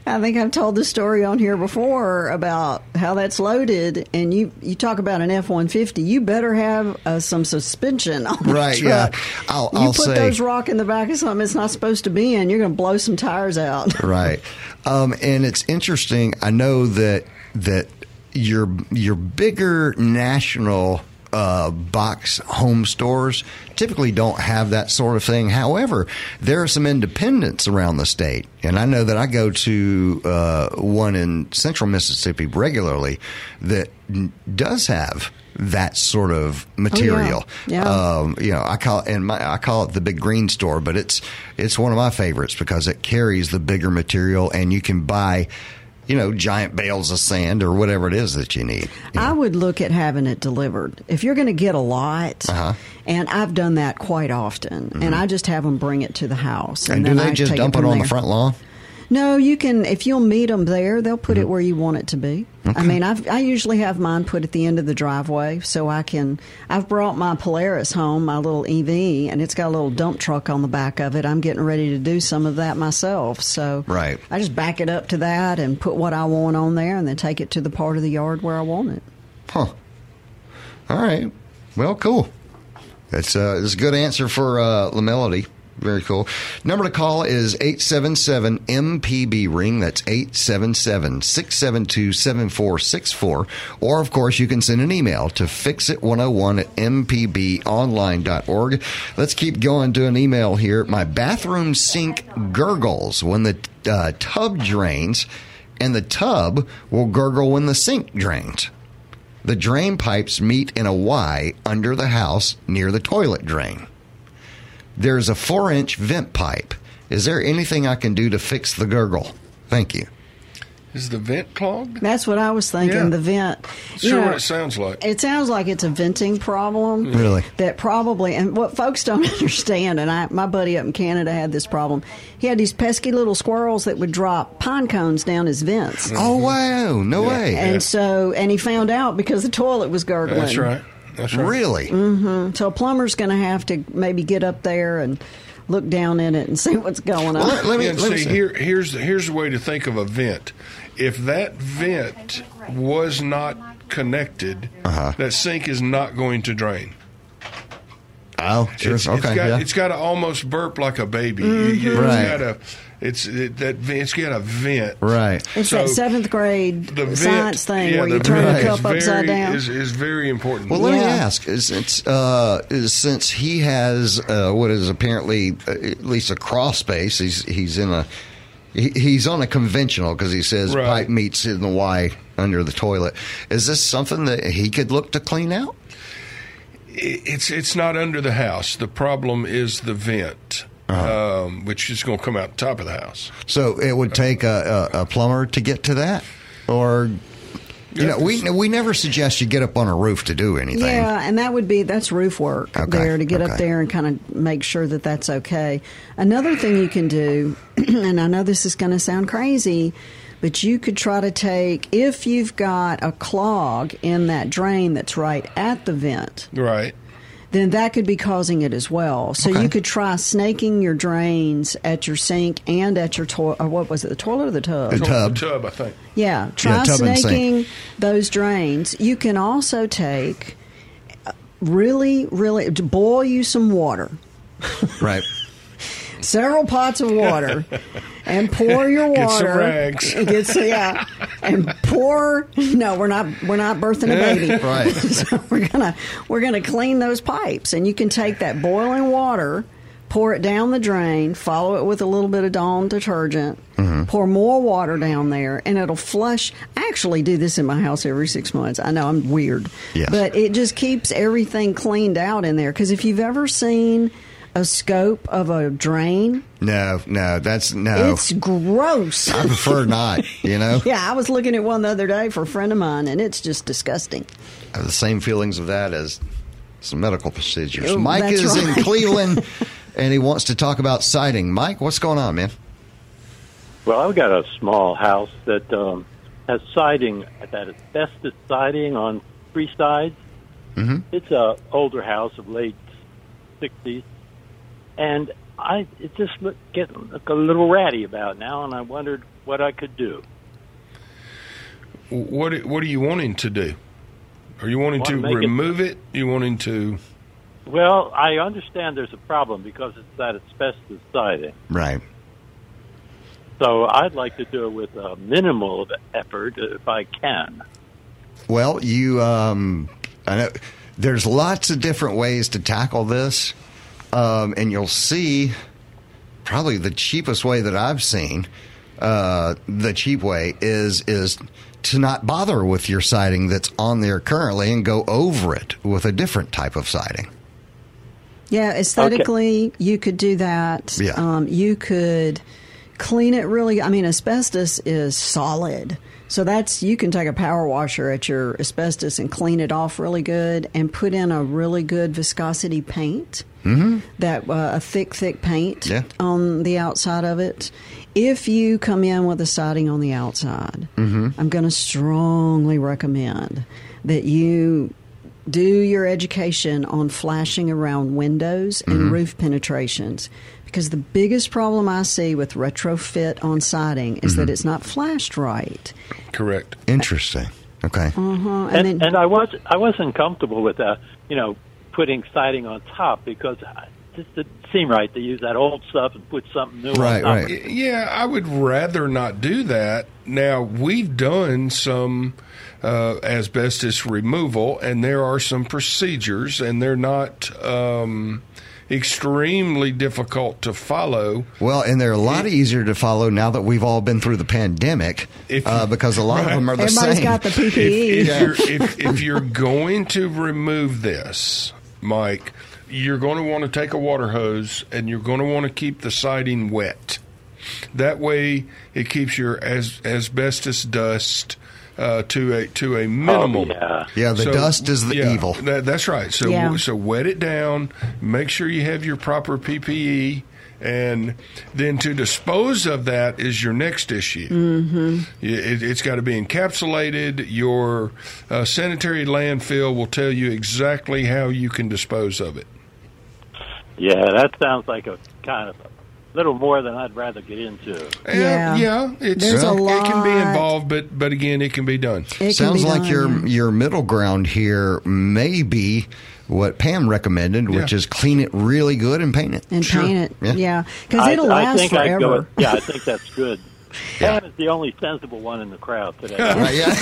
Speaker 2: I think I've told the story on here before about how that's loaded, and you you talk about an F one fifty. You better have uh, some suspension on the
Speaker 1: Right, yeah.
Speaker 2: truck.
Speaker 1: I'll-
Speaker 2: you
Speaker 1: I'll
Speaker 2: put
Speaker 1: say-
Speaker 2: those rock in the back of something it's not supposed to be in, you're going to blow some tires out. [laughs]
Speaker 1: right. Um, and it's interesting. I know that that your your bigger national uh, box home stores typically don't have that sort of thing. However, there are some independents around the state, and I know that I go to uh, one in Central Mississippi regularly that n- does have that sort of material.
Speaker 2: Yeah.
Speaker 1: Um, you know, I call and my, I call it the big green store, but it's it's one of my favorites because it carries the bigger material, and you can buy, you know, giant bales of sand or whatever it is that you need.
Speaker 2: I would look at having it delivered. If you're going to get a lot,
Speaker 1: Uh-huh.
Speaker 2: and I've done that quite often, and I just have them bring it to the house.
Speaker 1: Mm-hmm. And do
Speaker 2: then
Speaker 1: they
Speaker 2: I
Speaker 1: just
Speaker 2: take
Speaker 1: dump it
Speaker 2: from
Speaker 1: on the
Speaker 2: there.
Speaker 1: front lawn?
Speaker 2: No, you can. If you'll meet them there, they'll put
Speaker 1: Mm-hmm.
Speaker 2: it where you want it to be. I mean, I've, I usually have mine put at the end of the driveway, so I can. I've brought my Polaris home, my little EV, and it's got a little dump truck on the back of it. I'm getting ready to do some of that myself, so
Speaker 1: Right.
Speaker 2: I just back it up to that and put what I want on there, and then take it to the part of the yard where I want it.
Speaker 1: Huh. All right. Well, cool. That's uh, that's a good answer for uh, La Melody. Very cool. Number to call is 877 MPB Ring. That's 877 672 7464. Or, of course, you can send an email to fixit101 at mpbonline.org. Let's keep going to an email here. My bathroom sink gurgles when the uh, tub drains, and the tub will gurgle when the sink drains. The drain pipes meet in a Y under the house near the toilet drain. There's a four inch vent pipe. Is there anything I can do to fix the gurgle? Thank you.
Speaker 3: Is the vent clogged?
Speaker 2: That's what I was thinking.
Speaker 3: Yeah.
Speaker 2: The vent. You
Speaker 3: Sure,
Speaker 2: know,
Speaker 3: what it sounds like.
Speaker 2: It sounds like it's a venting problem.
Speaker 1: Really?
Speaker 2: That probably, and what folks don't [laughs] understand, and I, my buddy up in Canada had this problem. He had these pesky little squirrels that would drop pine cones down his vents.
Speaker 3: Uh-huh.
Speaker 1: Oh, wow. No way.
Speaker 2: And so, and he found out because the toilet was gurgling.
Speaker 3: That's right. That's right.
Speaker 1: really?
Speaker 2: So, a plumber's going to have to maybe get up there and look down in it and [laughs] see what's going on.
Speaker 1: Let, let me,
Speaker 3: Yeah, and
Speaker 1: let me
Speaker 3: see,
Speaker 1: see.
Speaker 3: here, here's the, here's the way to think of a vent. If that vent was not connected,
Speaker 1: Uh-huh.
Speaker 3: that sink is not going to drain.
Speaker 1: Oh, sure.
Speaker 3: It's,
Speaker 1: okay.
Speaker 3: it's got
Speaker 1: yeah.
Speaker 3: it's got to almost burp like a baby. You-
Speaker 2: Mm-hmm.
Speaker 3: you- It's
Speaker 1: Right.
Speaker 3: got a it's it, that vent- it's got a vent.
Speaker 1: right.
Speaker 2: It's that
Speaker 3: so
Speaker 2: seventh grade
Speaker 3: The vent,
Speaker 2: science thing
Speaker 3: yeah,
Speaker 2: where you
Speaker 3: the
Speaker 2: turn
Speaker 3: vent
Speaker 2: the
Speaker 3: is
Speaker 2: cup upside
Speaker 3: very,
Speaker 2: down.
Speaker 3: Is, is very important.
Speaker 1: Well, let me
Speaker 2: Yeah.
Speaker 1: ask. is- Since uh, is- since he has uh, what is apparently uh, at least a crawl space, he's he's in a he, he's on a conventional because he says
Speaker 3: Right.
Speaker 1: pipe meets in the Y under the toilet. Is this something that he could look to clean out?
Speaker 3: it's it's not under the house. The problem is the vent, um, which is going to come out the top of the house.
Speaker 1: So it would take a, a, a plumber to get to that, or you know, we we never suggest you get up on a roof to do anything.
Speaker 2: Yeah, and that would be that's roof work
Speaker 1: Okay,
Speaker 2: there to get
Speaker 1: okay.
Speaker 2: up there and kind of make sure that that's okay. Another thing you can do, [clears throat] and I know this is going to sound crazy, but you could try to take if you've got a clog in that drain that's right at the vent,
Speaker 3: Right.
Speaker 2: then that could be causing it as well. So
Speaker 1: Okay.
Speaker 2: you could try snaking your drains at your sink and at your toilet. Or what was it, the toilet or the tub?
Speaker 1: The tub.
Speaker 3: Oh, The tub, I think.
Speaker 2: Yeah, try
Speaker 1: tub and sink.
Speaker 2: snaking those drains. You can also take uh, really, really to boil you some water,
Speaker 1: Right.
Speaker 2: several pots of water, and pour your water.
Speaker 3: Get some
Speaker 2: [laughs]
Speaker 3: rags.
Speaker 2: Get some- yeah, and pour. No, we're not. We're not birthing a baby.
Speaker 1: Right.
Speaker 2: [laughs] so we're gonna we're gonna clean those pipes, and you can take that boiling water. Pour it down the drain, follow it with a little bit of Dawn detergent, pour more water down there, and it'll flush. I actually do this in my house every six months. I know I'm weird,
Speaker 1: Yes.
Speaker 2: but it just keeps everything cleaned out in there. Because if you've ever seen a scope of a drain,
Speaker 1: No, no, that's no.
Speaker 2: it's gross. [laughs]
Speaker 1: I prefer not. You know.
Speaker 2: Yeah, I was looking at one the other day for a friend of mine, and it's just disgusting.
Speaker 1: I have the same feelings of that as some medical procedures.
Speaker 2: Oh,
Speaker 1: Mike
Speaker 2: that's
Speaker 1: is in
Speaker 2: right. [laughs]
Speaker 1: Cleveland and he wants to talk about siding. Mike, what's going on, man?
Speaker 5: Well, I've got a small house that um, has siding, that asbestos siding on three sides. It's a older house of late 60s. And I it just look, get look a little ratty about now, and I wondered what I could do.
Speaker 3: What What are you wanting to do? Are you wanting
Speaker 5: Want to
Speaker 3: to
Speaker 5: make it-
Speaker 3: remove it? You wanting to?
Speaker 5: Well, I understand there's a problem because it's that asbestos siding.
Speaker 1: Right.
Speaker 5: So I'd like to do it with a minimal of effort if I can.
Speaker 1: Well, you, um, I know there's lots of different ways to tackle this, um, and you'll see probably the cheapest way that I've seen. Uh, the cheap way is is to not bother with your siding that's on there currently and go over it with a different type of siding.
Speaker 2: Yeah, aesthetically, you could do that.
Speaker 1: Yeah.
Speaker 2: Um, you could clean it really. I mean, asbestos is solid. So that's you can take a power washer at your asbestos and clean it off really good and put in a really good viscosity paint. Mm-hmm. That uh, a thick thick paint
Speaker 1: Yeah.
Speaker 2: on the outside of it. If you come in with a siding on the outside,
Speaker 1: Mm-hmm.
Speaker 2: I'm going to strongly recommend that you do your education on flashing around windows and
Speaker 1: Mm-hmm.
Speaker 2: roof penetrations because the biggest problem I see with retrofit on siding is
Speaker 1: Mm-hmm.
Speaker 2: that it's not flashed right.
Speaker 3: Correct.
Speaker 1: Interesting. Okay.
Speaker 2: Uh-huh.
Speaker 5: And,
Speaker 2: then-
Speaker 5: and I was I wasn't comfortable with uh, you know putting siding on top because I- it just didn't seem right to use that old stuff and put something new
Speaker 1: Right,
Speaker 5: on top.
Speaker 1: right.
Speaker 3: Uh, Yeah, I would rather not do that. Now, we've done some uh, asbestos removal, and there are some procedures, and they're not um, extremely difficult to follow.
Speaker 1: Well, and they're a lot easier to follow now that we've all been through the pandemic,
Speaker 3: If-
Speaker 1: uh, because a lot of
Speaker 3: Right.
Speaker 1: them are the
Speaker 2: everybody's
Speaker 1: same.
Speaker 2: got
Speaker 1: [laughs]
Speaker 2: the E. PPE.
Speaker 3: If, if, you're, if, if you're going to remove this, Mike, you're going to want to take a water hose and you're going to want to keep the siding wet. That way, it keeps your as, asbestos dust uh, to a to a minimum.
Speaker 5: Oh, yeah.
Speaker 1: Yeah, the dust is the
Speaker 3: yeah,
Speaker 1: evil.
Speaker 3: that- that's right. So
Speaker 2: Yeah.
Speaker 3: so wet it down. Make sure you have your proper PPE. And then to dispose of that is your next issue.
Speaker 2: Mm-hmm.
Speaker 3: Yeah, It, it's got to be encapsulated. Your uh, sanitary landfill will tell you exactly how you can dispose of it.
Speaker 5: Yeah, that sounds like a kind of a little more than I'd rather get into.
Speaker 3: And,
Speaker 2: Yeah.
Speaker 3: yeah. It's,
Speaker 2: There's a
Speaker 3: It can be
Speaker 2: lot.
Speaker 3: involved, but but again, it can be done.
Speaker 2: It can
Speaker 1: Sounds
Speaker 2: be
Speaker 1: like
Speaker 2: done,
Speaker 1: your
Speaker 2: yeah.
Speaker 1: your middle ground here may be what Pam recommended, which
Speaker 3: Yeah.
Speaker 1: is clean it really good and paint it.
Speaker 2: and paint it.
Speaker 1: Yeah.
Speaker 2: Yeah, because
Speaker 5: I,
Speaker 2: it'll
Speaker 5: I
Speaker 2: last
Speaker 5: think I'd go
Speaker 2: forever.
Speaker 5: with, yeah, I think that's good.
Speaker 1: Yeah.
Speaker 5: Pam is the only sensible one in the crowd today.
Speaker 1: Right,
Speaker 2: [laughs]
Speaker 1: yeah.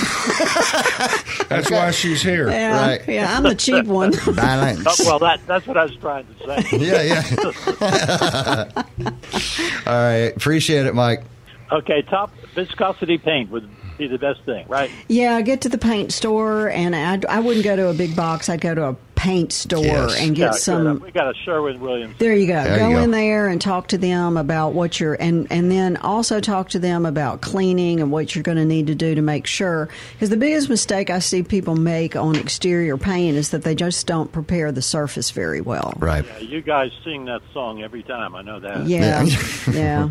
Speaker 3: That's why she's here.
Speaker 2: yeah,
Speaker 1: Right.
Speaker 2: yeah, I'm
Speaker 1: [laughs]
Speaker 2: a cheap one. [laughs]
Speaker 1: Balance.
Speaker 5: Oh, well, that, that's what I was trying to say.
Speaker 1: [laughs] Yeah, yeah. [laughs] All right. Appreciate it, Mike.
Speaker 5: Okay, top viscosity paint would be the best thing, right?
Speaker 2: Yeah, I get to the paint store, and I'd, I wouldn't go to a big box. I'd go to a paint store
Speaker 1: Yes.
Speaker 2: and
Speaker 5: Yeah,
Speaker 2: get
Speaker 5: good.
Speaker 2: some.
Speaker 5: We got a Sherwin Williams.
Speaker 2: There you go.
Speaker 1: There
Speaker 2: go
Speaker 1: you go.
Speaker 2: in there and talk to them about what you're, and and then also talk to them about cleaning and what you're going to need to do to make sure. Because the biggest mistake I see people make on exterior paint is that they just don't prepare the surface very well.
Speaker 1: Right.
Speaker 5: Yeah, you guys sing that song every time. I know that.
Speaker 1: [laughs]
Speaker 2: Yeah.
Speaker 1: Yeah.
Speaker 2: yeah.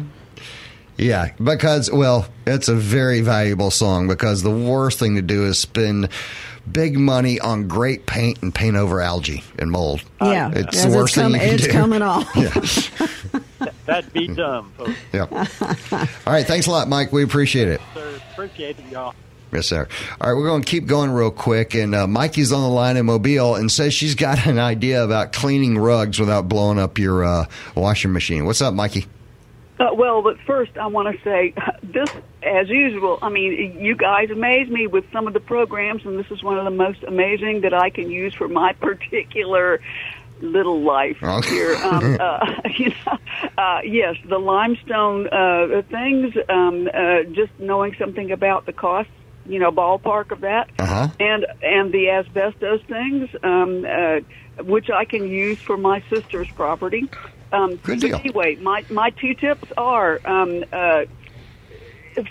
Speaker 1: Yeah, because well, it's a very valuable song because the worst thing to do is spend big money on great paint and paint over algae and mold.
Speaker 2: Yeah.
Speaker 1: Uh, It's
Speaker 2: Yes,
Speaker 1: the worst thing
Speaker 2: com-
Speaker 1: you can
Speaker 2: It's
Speaker 1: do. [laughs]
Speaker 2: coming off.
Speaker 5: That'd be dumb, folks.
Speaker 1: Yeah. All right, thanks a lot, Mike. We appreciate it.
Speaker 5: Sir, appreciate it, y'all.
Speaker 1: Yes, sir. All right, we're going to keep going real quick. And uh, Mikey's on the line in Mobile and says she's got an idea about cleaning rugs without blowing up your uh, washing machine. What's up, Mikey?
Speaker 6: Uh, well, but first I want to say this, as usual. I mean, you guys amaze me with some of the programs, and this is one of the most amazing that I can use for my [laughs] particular little life
Speaker 1: Oh.
Speaker 6: here.
Speaker 1: [laughs]
Speaker 6: Um, uh, [laughs] you know, uh, yes, the limestone uh, things. Um, uh, just knowing something about the costs, you know, ballpark of that,
Speaker 1: Uh-huh.
Speaker 6: and and the asbestos things, um, uh, which I can use for my sister's property. Um,
Speaker 1: Good
Speaker 6: but
Speaker 1: deal.
Speaker 6: Anyway, my my two tips are um, uh,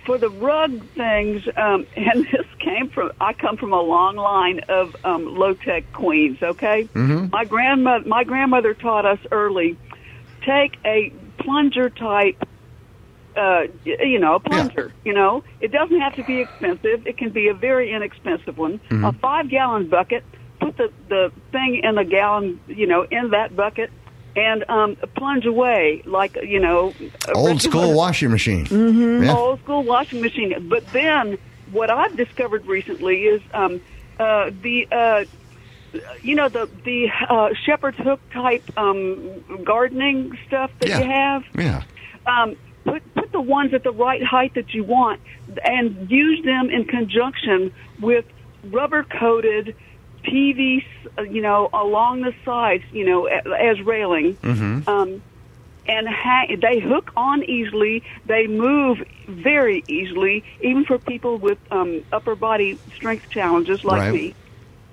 Speaker 6: for the rug things, um, [laughs] and this came from I come from a long line of um, low tech queens. Okay,
Speaker 1: Mm-hmm.
Speaker 6: my grandmother my grandmother taught us early take a plunger type. Uh, y- you know, a plunger. You know, it doesn't have to be expensive. It can be a very inexpensive one.
Speaker 1: Mm-hmm.
Speaker 6: A five gallon bucket. Put the the thing in the gallon. You know, in that bucket and um, plunge away like you know a
Speaker 1: Old
Speaker 6: regular-
Speaker 1: school washing machine. Mm-hmm. Yeah.
Speaker 6: old school washing machine. But then what I've discovered recently is um, uh, the uh, you know the the uh, shepherd's hook type um, gardening stuff that
Speaker 1: yeah.
Speaker 6: you have.
Speaker 1: Yeah.
Speaker 6: Um, put put the ones at the right height that you want, and use them in conjunction with rubber coated. PVC, uh, you know, along the sides, you know, a- as railing, um, and ha- they hook on easily. They move very easily, even for people with um, upper body strength challenges like
Speaker 1: Right.
Speaker 6: me.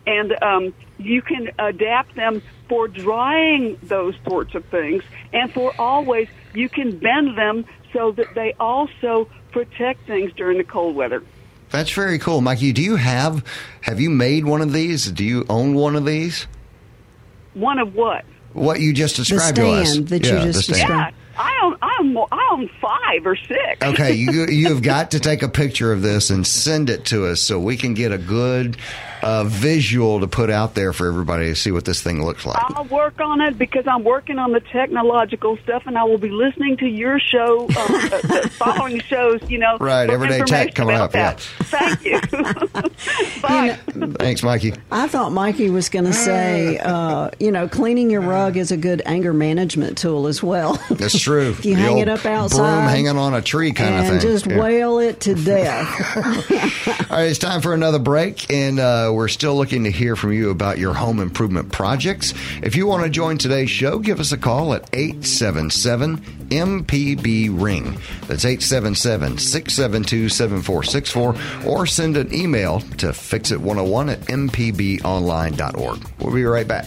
Speaker 6: And um, you can adapt them for drying those sorts of things, and for always you can bend them so that they also protect things during the cold weather.
Speaker 1: That's very cool, Mikey. Do you have have you made one of these? Do you own one of these?
Speaker 6: One of what?
Speaker 1: What you just described to us?
Speaker 2: stand that you
Speaker 1: yeah,
Speaker 2: just
Speaker 1: the stand.
Speaker 2: described.
Speaker 6: Yeah, I own I own more, I own five or six.
Speaker 1: Okay, you
Speaker 2: [laughs]
Speaker 1: you have got to take a picture of this and send it to us so we can get a good uh, visual to put out there for everybody to see what this thing looks like.
Speaker 6: I'll work on it because I'm working on the technological stuff, and I will be listening to your show, um, uh, [laughs] the following shows. You know,
Speaker 1: Right,
Speaker 6: for
Speaker 1: Everyday Tech
Speaker 6: information
Speaker 1: coming up,
Speaker 6: about
Speaker 1: yeah.
Speaker 6: that. Thank you. [laughs] Bye.
Speaker 1: Thanks, Mikey.
Speaker 2: I thought Mikey was going to say, uh, you know, cleaning your rug is a good anger management tool
Speaker 1: [laughs]
Speaker 2: as well.
Speaker 1: That's true.
Speaker 2: If you
Speaker 1: The
Speaker 2: hang it
Speaker 1: old
Speaker 2: up outside,
Speaker 1: broom hanging on a tree kind of
Speaker 2: and
Speaker 1: thing.
Speaker 2: just
Speaker 1: Yeah.
Speaker 2: wail it
Speaker 1: [laughs]
Speaker 2: to death.
Speaker 1: All right, it's time for another break, and uh, we're still looking to hear from you about your home improvement projects. If you want to join today's show, give us a call at 877 MPB Ring. That's 877 672 7464, or send an email to fixit101 at mpbonline.org. We'll be right back.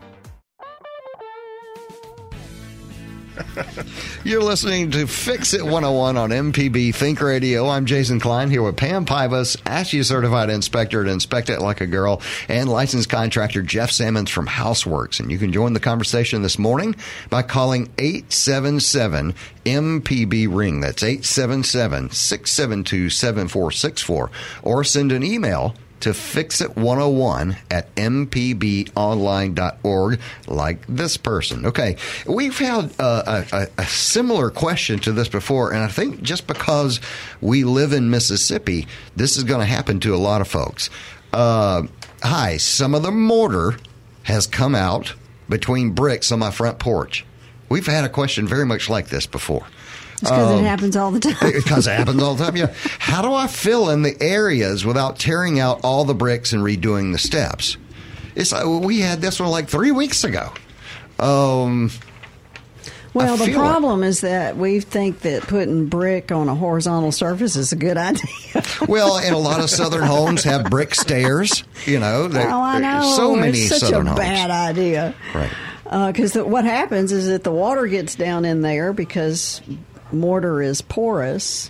Speaker 1: You're listening to Fix It 101 on MPB Think Radio. I'm Jason Klein here with Pam Pivas, ASHI certified inspector at Inspect It Like a Girl, and licensed contractor Jeff Sammons from Houseworks. And you can join the conversation this morning by calling 877 MPB Ring. That's 877 672 7464. Or send an email to fixit101 at mpbonline.org like this person. Okay, we've had uh, a, a, a similar question to this before, and I think just because we live in Mississippi, this is going to happen to a lot of folks. Uh, hi, some of the mortar has come out between bricks on my front porch. We've had a question very much like this before
Speaker 2: It's because
Speaker 1: Oh.
Speaker 2: it happens all the
Speaker 1: [laughs]
Speaker 2: time.
Speaker 1: because it happens all the time. Yeah. How do I fill in the areas without tearing out all the bricks and redoing the steps? It's uh, we had this one like three weeks ago. Um,
Speaker 2: Well, the
Speaker 1: feel it.
Speaker 2: problem is that we think that putting brick on a horizontal surface is a good [laughs] idea.
Speaker 1: well, and a lot of southern homes have brick stairs. You know, there-
Speaker 2: oh, I
Speaker 1: there's
Speaker 2: know.
Speaker 1: so many
Speaker 2: it's such
Speaker 1: southern
Speaker 2: a
Speaker 1: homes.
Speaker 2: bad idea.
Speaker 1: Right.
Speaker 2: Because the what happens is that the water gets down in there because mortar is porous,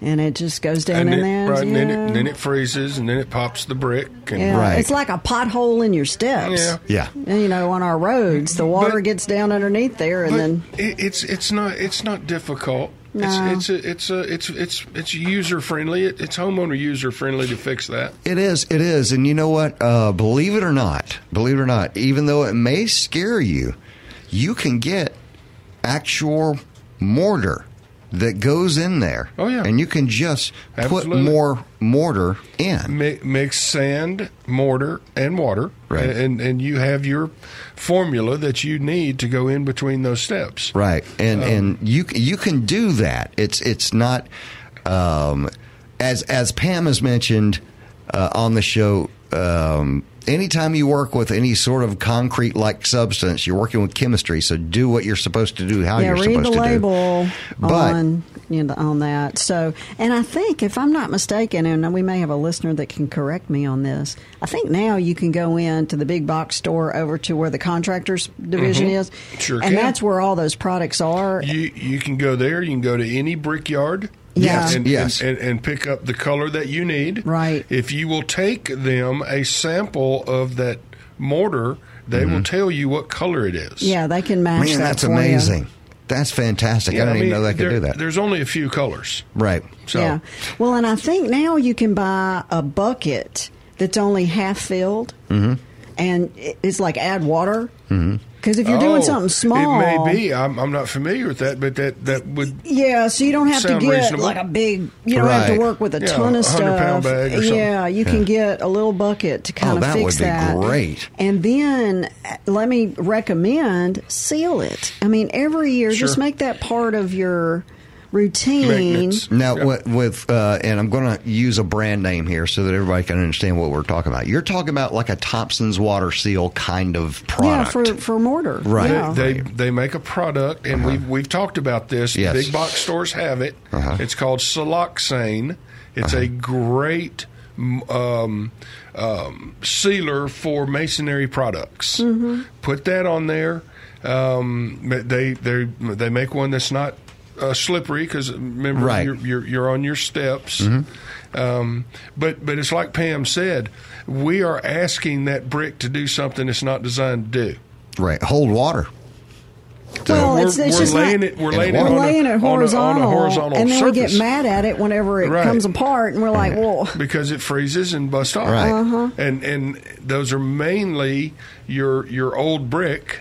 Speaker 2: and it just goes down in
Speaker 3: it,
Speaker 2: there.
Speaker 3: right, and then,
Speaker 2: yeah.
Speaker 3: it, then it freezes, and then it pops the brick. And
Speaker 2: Yeah.
Speaker 1: Right.
Speaker 2: It's like a pothole in your steps.
Speaker 3: Yeah.
Speaker 1: Yeah.
Speaker 2: And, you know, on our roads, the water
Speaker 3: But-
Speaker 2: gets down underneath there, and
Speaker 3: But
Speaker 2: then
Speaker 3: it, it's it's not it's not difficult.
Speaker 2: No.
Speaker 3: It's it's a, it's a, it's it's it's user friendly. It, it's homeowner user friendly to fix that.
Speaker 1: It is. It is. And you know what? Uh, believe it or not, believe it or not, even though it may scare you, you can get actual mortar that goes in there.
Speaker 3: Oh, yeah.
Speaker 1: And you can just put
Speaker 3: Absolutely.
Speaker 1: more mortar in.
Speaker 3: Mi- mix sand, mortar, and water,
Speaker 1: Right.
Speaker 3: and and you have your formula that you need to go in between those steps.
Speaker 1: Right. And
Speaker 3: Um,
Speaker 1: and you you can do that. It's it's not um, as as Pam has mentioned uh, on the show. Um, anytime you work with any sort of concrete like substance, you're working with chemistry. So do what you're supposed to do. How
Speaker 2: yeah,
Speaker 1: Oh, you're
Speaker 2: read
Speaker 1: supposed
Speaker 2: the
Speaker 1: to do.
Speaker 2: label
Speaker 1: But-
Speaker 2: on you know, on that. So, and I think if I'm not mistaken, and we may have a listener that can correct me on this, I think now you can go into the big box store over to where the contractors division is,
Speaker 3: Mm-hmm. Sure
Speaker 2: and
Speaker 3: can.
Speaker 2: that's where all those products are.
Speaker 3: You you can go there. You can go to any brickyard.
Speaker 2: Yes,
Speaker 3: and,
Speaker 1: yes.
Speaker 3: And, and, and pick up the color that you need.
Speaker 2: Right.
Speaker 3: If you will take them a sample of that mortar They
Speaker 1: Mm-hmm.
Speaker 3: will tell you what color it is.
Speaker 2: Yeah, they can match
Speaker 1: Man,
Speaker 2: that
Speaker 1: that's
Speaker 2: for you.
Speaker 1: amazing. That's fantastic.
Speaker 3: Yeah,
Speaker 1: I didn't
Speaker 3: mean,
Speaker 1: even know they could
Speaker 3: there-
Speaker 1: do that.
Speaker 3: There's only a few colors.
Speaker 1: Right.
Speaker 3: So
Speaker 2: Yeah. Well, and I think now you can buy a bucket that's only half filled, mm-hmm. and it- it's like add water. Because if you're
Speaker 3: Oh,
Speaker 2: doing something small,
Speaker 3: It may be. I'm, I'm not familiar with that, but that, that would.
Speaker 2: Yeah, so you don't have to
Speaker 3: Sound
Speaker 2: get
Speaker 3: reasonable.
Speaker 2: like a big. You don't have
Speaker 1: Right.
Speaker 2: to work with a
Speaker 3: Yeah,
Speaker 2: ton
Speaker 3: a
Speaker 2: of stuff.
Speaker 3: 100-pound bag or something.
Speaker 2: yeah, you can get a little bucket to kind
Speaker 1: Oh,
Speaker 2: of
Speaker 1: that
Speaker 2: fix
Speaker 1: would be
Speaker 2: that.
Speaker 1: great.
Speaker 2: And then uh, let me recommend seal it. I mean, every year, just
Speaker 3: Sure.
Speaker 2: make that part of your routine.
Speaker 3: Maintenance.
Speaker 1: Now, with, with uh, and I'm going to use a brand name here so that everybody can understand what we're talking about. You're talking about like a Thompson's Water Seal kind of
Speaker 2: Yeah,
Speaker 1: product.
Speaker 2: for for mortar.
Speaker 1: Right.
Speaker 2: Yeah.
Speaker 3: They, they they make a product, and we've we've talked about this.
Speaker 1: Yes.
Speaker 3: Big box stores have it.
Speaker 1: Uh-huh.
Speaker 3: It's called siloxane. It's a great mm, um, um, sealer for masonry products. Put that on there. Um, ma- they they they make one that's not uh, slippery because remember
Speaker 1: Right. Mm-hmm.
Speaker 3: you're, you're you're on your steps. Um, but but it's like Pam said, we are asking that brick to do something it's not designed to do.
Speaker 1: right. Hold water.
Speaker 2: Well,
Speaker 3: we're,
Speaker 2: it's- it's
Speaker 3: we're
Speaker 2: just not-
Speaker 3: laying it. We're
Speaker 1: And
Speaker 3: laying it,
Speaker 1: we're
Speaker 3: on, a-
Speaker 2: laying
Speaker 3: on a,
Speaker 2: it horizontal,
Speaker 3: on a horizontal
Speaker 2: and then
Speaker 3: surface
Speaker 2: we get mad at it whenever it
Speaker 3: Right.
Speaker 2: comes apart, and we're like, "Well,
Speaker 3: because it freezes and busts off.
Speaker 1: Right. Uh-huh.
Speaker 3: And and those are mainly your your old brick.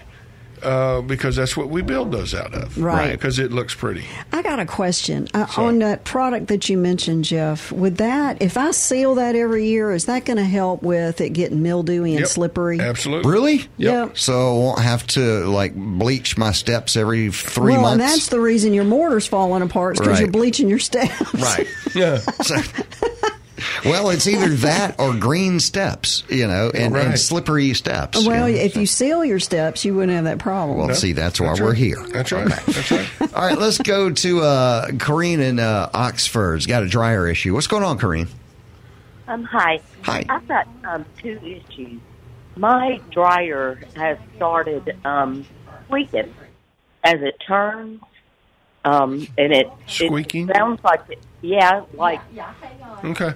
Speaker 3: Uh, because that's what we build those out of,
Speaker 2: Right.
Speaker 3: Because it looks pretty.
Speaker 2: I got a question uh,
Speaker 3: Sure.
Speaker 2: on that product that you mentioned, Jeff. Would that, if I seal that every year, is that going to help with it getting mildewy and
Speaker 3: Yep.
Speaker 2: slippery?
Speaker 3: Absolutely.
Speaker 1: Really?
Speaker 2: Yep.
Speaker 1: So I won't have to like bleach my steps every three
Speaker 2: well, and
Speaker 1: months.
Speaker 2: that's the reason your mortar's falling apart because
Speaker 1: Right.
Speaker 2: you're bleaching your [laughs]
Speaker 1: [laughs]
Speaker 2: steps.
Speaker 1: right.
Speaker 3: Yeah.
Speaker 1: So- well, it's either that or green steps, you know, and, and
Speaker 3: Right.
Speaker 1: slippery steps.
Speaker 2: Well,
Speaker 1: you know.
Speaker 2: if you seal your steps, you wouldn't have that problem.
Speaker 1: Well, see, that's why we're here.
Speaker 3: That's right. That's right.
Speaker 1: All right, let's go to uh, Corrine in uh, Oxford's got a dryer issue. What's going on, Corrine?
Speaker 7: Um, hi.
Speaker 1: Hi.
Speaker 7: I've got um, two issues. My dryer has started um, squeaking as it turns, um, and it
Speaker 3: Squeaking?
Speaker 7: It sounds like it, yeah, like
Speaker 3: Okay.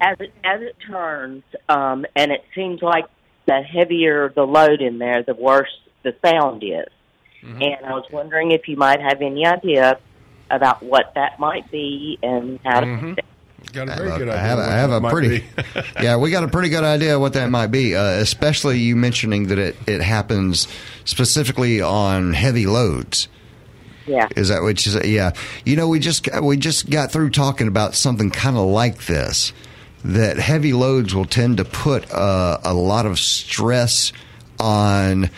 Speaker 7: as it as it turns, um, and it seems like the heavier the load in there, the worse the sound is. And I was wondering if you might have any idea about what that might be and how to fix it.
Speaker 3: Got a
Speaker 1: I
Speaker 3: very
Speaker 1: have
Speaker 3: good
Speaker 1: a,
Speaker 3: idea.
Speaker 1: Uh, I have a-
Speaker 3: what
Speaker 1: I have
Speaker 3: that
Speaker 1: a
Speaker 3: might
Speaker 1: pretty,
Speaker 3: be.
Speaker 1: [laughs] yeah, we got a pretty good idea what that might be. Uh, especially you mentioning that it, it happens specifically on heavy loads.
Speaker 7: Yeah.
Speaker 1: Is that what you say? Yeah. You know, we just we just got through talking about something kind of like this. That heavy loads will tend to put uh, a lot of stress on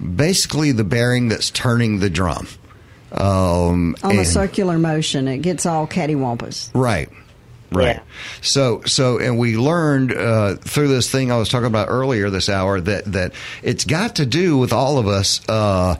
Speaker 1: basically the bearing that's turning the drum. Um,
Speaker 2: On the
Speaker 1: and-
Speaker 2: circular motion, it gets all cattywampus.
Speaker 1: Right. Right.
Speaker 7: Yeah.
Speaker 1: So so and we learned uh, through this thing I was talking about earlier this hour that that it's got to do with all of us uh,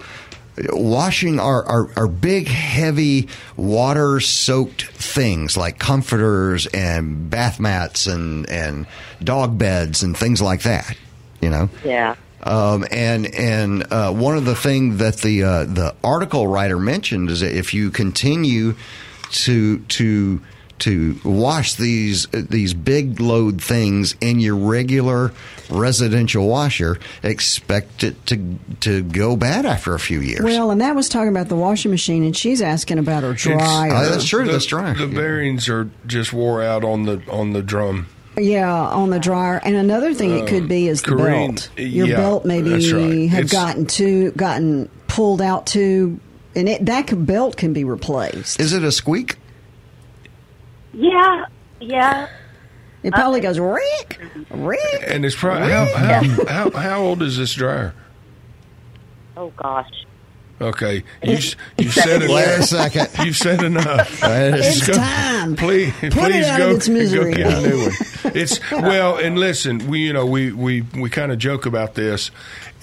Speaker 1: washing our, our our big heavy water soaked things like comforters and bath mats and and dog beds and things like that. You know.
Speaker 7: Yeah.
Speaker 1: Um, and and uh, one of the things that the uh, the article writer mentioned is that if you continue to to to wash these these big load things in your regular residential washer, expect it to to go bad after a few years.
Speaker 2: Well, and that was talking about the washing machine, and she's asking about her
Speaker 3: It's-
Speaker 2: dryer.
Speaker 1: Oh, that's true,
Speaker 3: The,
Speaker 1: that's dryer.
Speaker 3: The
Speaker 1: Yeah.
Speaker 3: bearings are just wore out on the on the drum.
Speaker 2: Yeah, on the dryer. And another thing it could be is the
Speaker 3: Uh, Corrine,
Speaker 2: belt. Your
Speaker 3: yeah,
Speaker 2: belt maybe
Speaker 3: that's right.
Speaker 2: have
Speaker 3: It's-
Speaker 2: gotten too gotten pulled out too, and it, that c- belt can be replaced.
Speaker 1: is it a squeak?
Speaker 7: Yeah. Yeah.
Speaker 2: It probably goes rick, rick.
Speaker 3: And it's probably how, how, how how old is this dryer?
Speaker 7: Oh gosh.
Speaker 3: Okay, you s- you said
Speaker 1: Wait a
Speaker 3: enough.
Speaker 1: second. [laughs]
Speaker 3: You've said enough.
Speaker 2: It's time.
Speaker 3: Please,
Speaker 2: Put
Speaker 3: please
Speaker 2: it out
Speaker 3: go,
Speaker 2: of its misery.
Speaker 3: go get a new
Speaker 1: [laughs]
Speaker 3: one. It's well, and listen, we you know we we we kind of joke about this.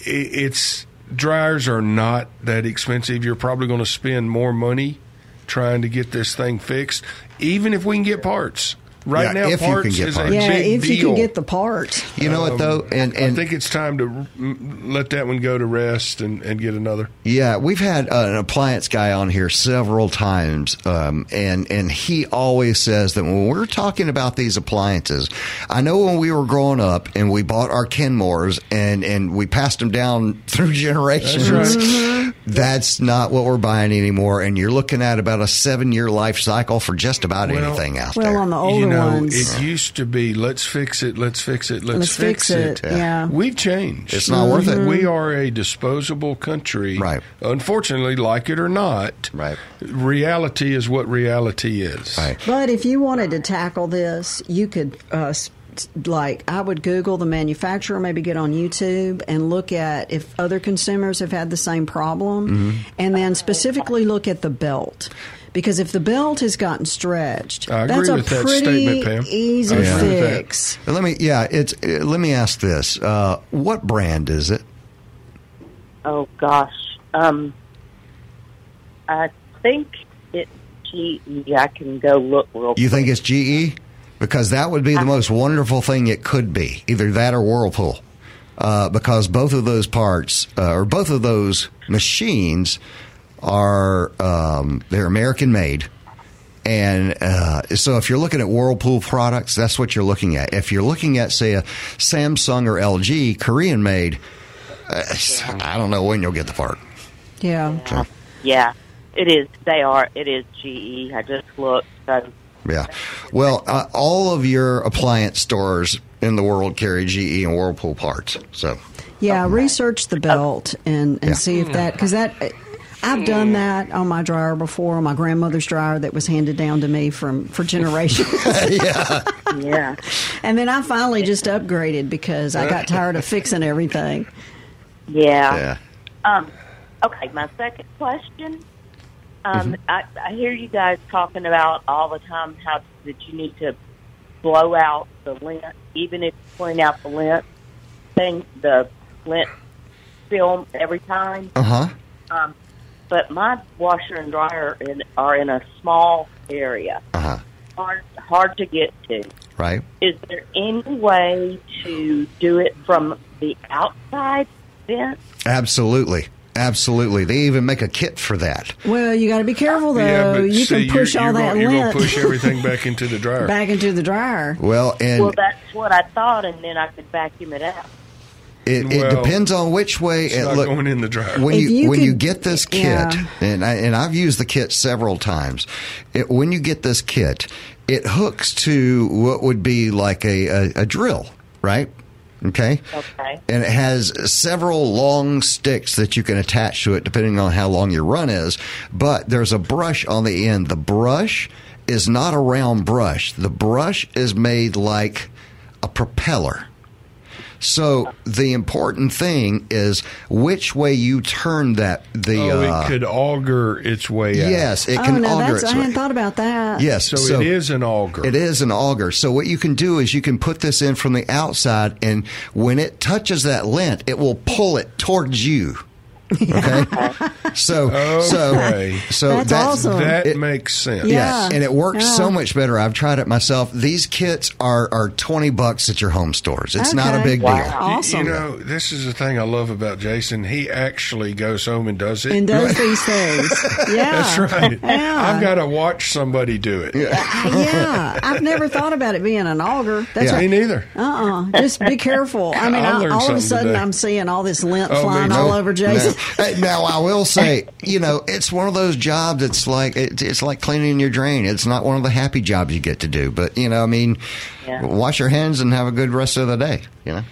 Speaker 3: I it's dryers are not that expensive. You're probably going to spend more money trying to get this thing fixed, even if we can get parts. Right
Speaker 1: Yeah,
Speaker 3: now,
Speaker 1: if you can
Speaker 3: parts
Speaker 1: get
Speaker 3: is
Speaker 1: parts.
Speaker 3: a
Speaker 2: Yeah,
Speaker 3: big
Speaker 2: if
Speaker 3: deal. Um,
Speaker 2: you can get the part.
Speaker 1: You know what though, and and
Speaker 3: I think it's time to mm, let that one go to rest and, and get another.
Speaker 1: Yeah, we've had uh, an appliance guy on here several times, um, and and he always says that when we're talking about these appliances, I know when we were growing up and we bought our Kenmores and and we passed them down [laughs] through generations.
Speaker 3: right. Mm-hmm.
Speaker 1: That's, not what we're buying anymore, and you're looking at about a seven year life cycle for just about
Speaker 3: Well-
Speaker 1: anything out
Speaker 2: Well,
Speaker 1: there.
Speaker 2: on the older
Speaker 3: you know,
Speaker 2: ones,
Speaker 3: it used to be let's fix it, let's fix it, let's,
Speaker 2: let's fix it. Yeah. Mm-hmm.
Speaker 3: We've changed.
Speaker 1: It's not worth it.
Speaker 3: We are a disposable country.
Speaker 1: Right.
Speaker 3: Unfortunately, like it or not,
Speaker 1: Right.
Speaker 3: reality is what reality is.
Speaker 1: Right.
Speaker 2: But if you wanted to tackle this, you could, uh, s- like, I would Google the manufacturer, maybe get on YouTube and look at if other consumers have had the same problem,
Speaker 3: Mm-hmm.
Speaker 2: and then specifically look at the belt. Because if the belt has gotten stretched,
Speaker 3: I agree
Speaker 2: that's a
Speaker 3: with that
Speaker 2: pretty
Speaker 3: statement, Pam.
Speaker 2: easy
Speaker 3: I agree with that.
Speaker 2: fix.
Speaker 1: Let me, yeah, it's. uh, Let me ask this: uh, What brand is it?
Speaker 7: Oh gosh. Um, I think it. Gee, I can go look real.
Speaker 1: You think it's GE? Because that would be the most wonderful thing it could be, either that or Whirlpool. Uh, because both of those parts, uh, or both of those machines, are um, they're American made, and uh, so if you're looking at Whirlpool products, that's what you're looking at. If you're looking at say a Samsung or LG Korean made, uh, I don't know when you'll get the part.
Speaker 2: Yeah.
Speaker 7: Yeah, it is. They are. It is GE. I just looked. So
Speaker 1: Yeah. Well, uh, all of your appliance stores in the world carry GE and Whirlpool parts. So,
Speaker 2: Yeah, research the belt and, and
Speaker 1: Yeah.
Speaker 2: see if that because that eh, I've done that on my dryer before, on my grandmother's dryer that was handed down to me from for generations,
Speaker 7: yeah.
Speaker 2: and then I finally just upgraded because I got tired of fixing everything.
Speaker 7: Yeah.
Speaker 1: yeah.
Speaker 7: Um, okay, my second question. Um, I, I hear you guys talking about all the time how that you need to blow out the lint, even if you clean out the lint thing, the lint film every time.
Speaker 1: Uh huh.
Speaker 7: But my washer and dryer in, are in a small area,
Speaker 1: Uh huh.
Speaker 7: hard hard to get to.
Speaker 1: Right.
Speaker 7: Is there any way to do it from the outside vent?
Speaker 1: Absolutely. Absolutely. They even make a kit for that.
Speaker 2: Well, you got to be careful though.
Speaker 3: Yeah, but
Speaker 2: you
Speaker 3: see,
Speaker 2: can push
Speaker 3: you're,
Speaker 2: all
Speaker 3: you're
Speaker 2: that
Speaker 3: gonna, You're
Speaker 2: lint
Speaker 3: going to
Speaker 2: [laughs]
Speaker 3: push everything back into the dryer.
Speaker 2: back into the dryer.
Speaker 1: Well, and
Speaker 7: Well, that's what I thought, and then I could vacuum it out.
Speaker 1: it, it
Speaker 3: Well,
Speaker 1: depends on which way.
Speaker 3: It's
Speaker 1: and
Speaker 3: not
Speaker 1: look,
Speaker 3: going in the dryer.
Speaker 1: when
Speaker 2: If
Speaker 1: you,
Speaker 2: you
Speaker 1: when you
Speaker 2: could-
Speaker 1: get this kit,
Speaker 2: yeah.
Speaker 1: and I, and I've used the kit several times. It, when you get this kit, it hooks to what would be like a, a, a drill, right? Okay.
Speaker 7: Okay.
Speaker 1: And it has several long sticks that you can attach to it, depending on how long your run is. But there's a brush on the end. The brush is not a round brush. The brush is made like a propeller. So the important thing is which way you turn that. The
Speaker 3: Oh,
Speaker 1: uh,
Speaker 3: it could auger its way out.
Speaker 1: yes, it
Speaker 2: Oh
Speaker 1: can
Speaker 2: no,
Speaker 1: auger
Speaker 2: that's I
Speaker 1: its
Speaker 2: hadn't
Speaker 1: way.
Speaker 2: thought about that.
Speaker 1: Yes,
Speaker 3: So, it is an auger.
Speaker 1: It is an auger. So what you can do is you can put this in from the outside, and when it touches that lint, it will pull it towards you.
Speaker 2: [laughs]
Speaker 1: Okay. so
Speaker 3: Okay.
Speaker 1: so so
Speaker 2: That's awesome.
Speaker 3: That
Speaker 1: it-
Speaker 3: makes sense.
Speaker 1: Yes,
Speaker 2: Yeah.
Speaker 1: and it works
Speaker 2: Yeah.
Speaker 1: so much better. I've tried it myself. These kits are are twenty bucks at your home stores. It's not a
Speaker 2: Okay.
Speaker 1: big
Speaker 2: Wow.
Speaker 1: deal.
Speaker 3: Y-
Speaker 2: Awesome.
Speaker 3: You know, this is the thing I love about Jason. He actually goes home and does it.
Speaker 2: and does these
Speaker 1: [laughs]
Speaker 2: things. Yeah.
Speaker 3: That's right.
Speaker 2: [laughs] Yeah.
Speaker 3: I've got to watch somebody do it.
Speaker 2: yeah, I've never thought about it being an auger. That's
Speaker 1: Yeah.
Speaker 2: right.
Speaker 3: Me neither.
Speaker 2: Uh-uh. Just be careful. I mean,
Speaker 3: I
Speaker 2: I
Speaker 3: learned
Speaker 2: all of a
Speaker 3: something
Speaker 2: sudden,
Speaker 3: today.
Speaker 2: I'm seeing all this lint
Speaker 3: Oh, me
Speaker 2: flying
Speaker 3: too.
Speaker 2: all over Jason.
Speaker 1: No. [laughs] Hey, Now I will say, you know, it's one of those jobs. It's like it, it's like cleaning your drain. It's not one of the happy jobs you get to do, but you know, I mean,
Speaker 7: Yeah.
Speaker 1: wash your hands and have a good rest of the day. You know,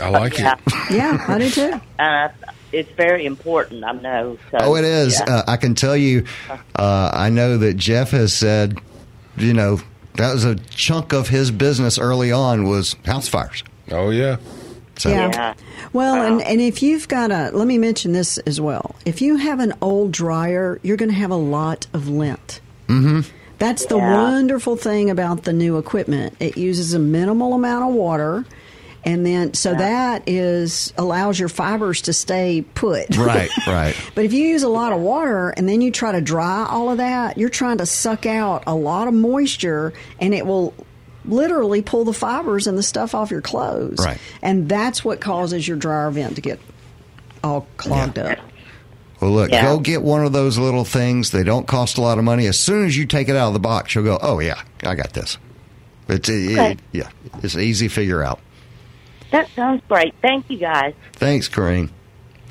Speaker 3: I like
Speaker 7: Yeah.
Speaker 3: it.
Speaker 2: Yeah, I do too.
Speaker 7: Uh, it's very important, I know. So,
Speaker 1: oh, it is.
Speaker 7: yeah.
Speaker 1: Uh, I can tell you, uh, I know that Jeff has said, you know, that was a chunk of his business early on was house fires.
Speaker 3: Oh, yeah.
Speaker 1: So,
Speaker 2: Yeah.
Speaker 7: yeah.
Speaker 2: Well, and, and if you've got a, let me mention this as well. If you have an old dryer, you're going to have a lot of lint. Mm-hmm. That's the
Speaker 7: Yeah.
Speaker 2: wonderful thing about the new equipment. It uses a minimal amount of water. And then, so that is allows your fibers to stay put.
Speaker 1: right, right.
Speaker 2: But if you use a lot of water and then you try to dry all of that, you're trying to suck out a lot of moisture and it will literally pull the fibers and the stuff off your clothes.
Speaker 1: Right.
Speaker 2: And that's what causes your dryer vent to get all clogged up.
Speaker 1: Well, look,
Speaker 7: Yeah.
Speaker 1: go get one of those little things. They don't cost a lot of money. As soon as you take it out of the box, you'll go, "Oh yeah, I got this." It's it-
Speaker 7: Okay.
Speaker 1: it- yeah, it's an easy figure out.
Speaker 7: That sounds great. Thank you guys.
Speaker 1: Thanks, Corrine.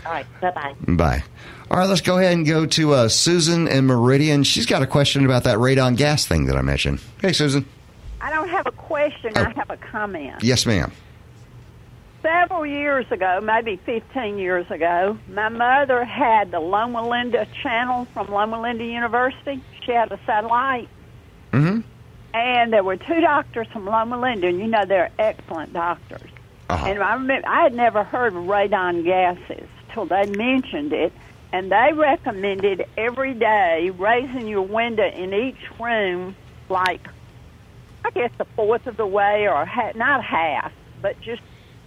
Speaker 7: All right. Bye bye.
Speaker 1: Bye. All right, let's go ahead and go to uh, Susan in Meridian. She's got a question about that radon gas thing that I mentioned. Hey, Susan.
Speaker 8: I don't have a question.
Speaker 1: Oh.
Speaker 8: I have a comment.
Speaker 1: Yes, ma'am.
Speaker 8: Several years ago, maybe 15 years ago, my mother had the Loma Linda channel from Loma Linda University. She had a satellite.
Speaker 1: Mhm.
Speaker 8: And there were two doctors from Loma Linda, and you know they're excellent doctors.
Speaker 1: Uh-huh.
Speaker 8: And I remember I had never heard of radon gases till they mentioned it, and they recommended every day raising your window in each room, like I guess a fourth of the way, or ha- not half, but just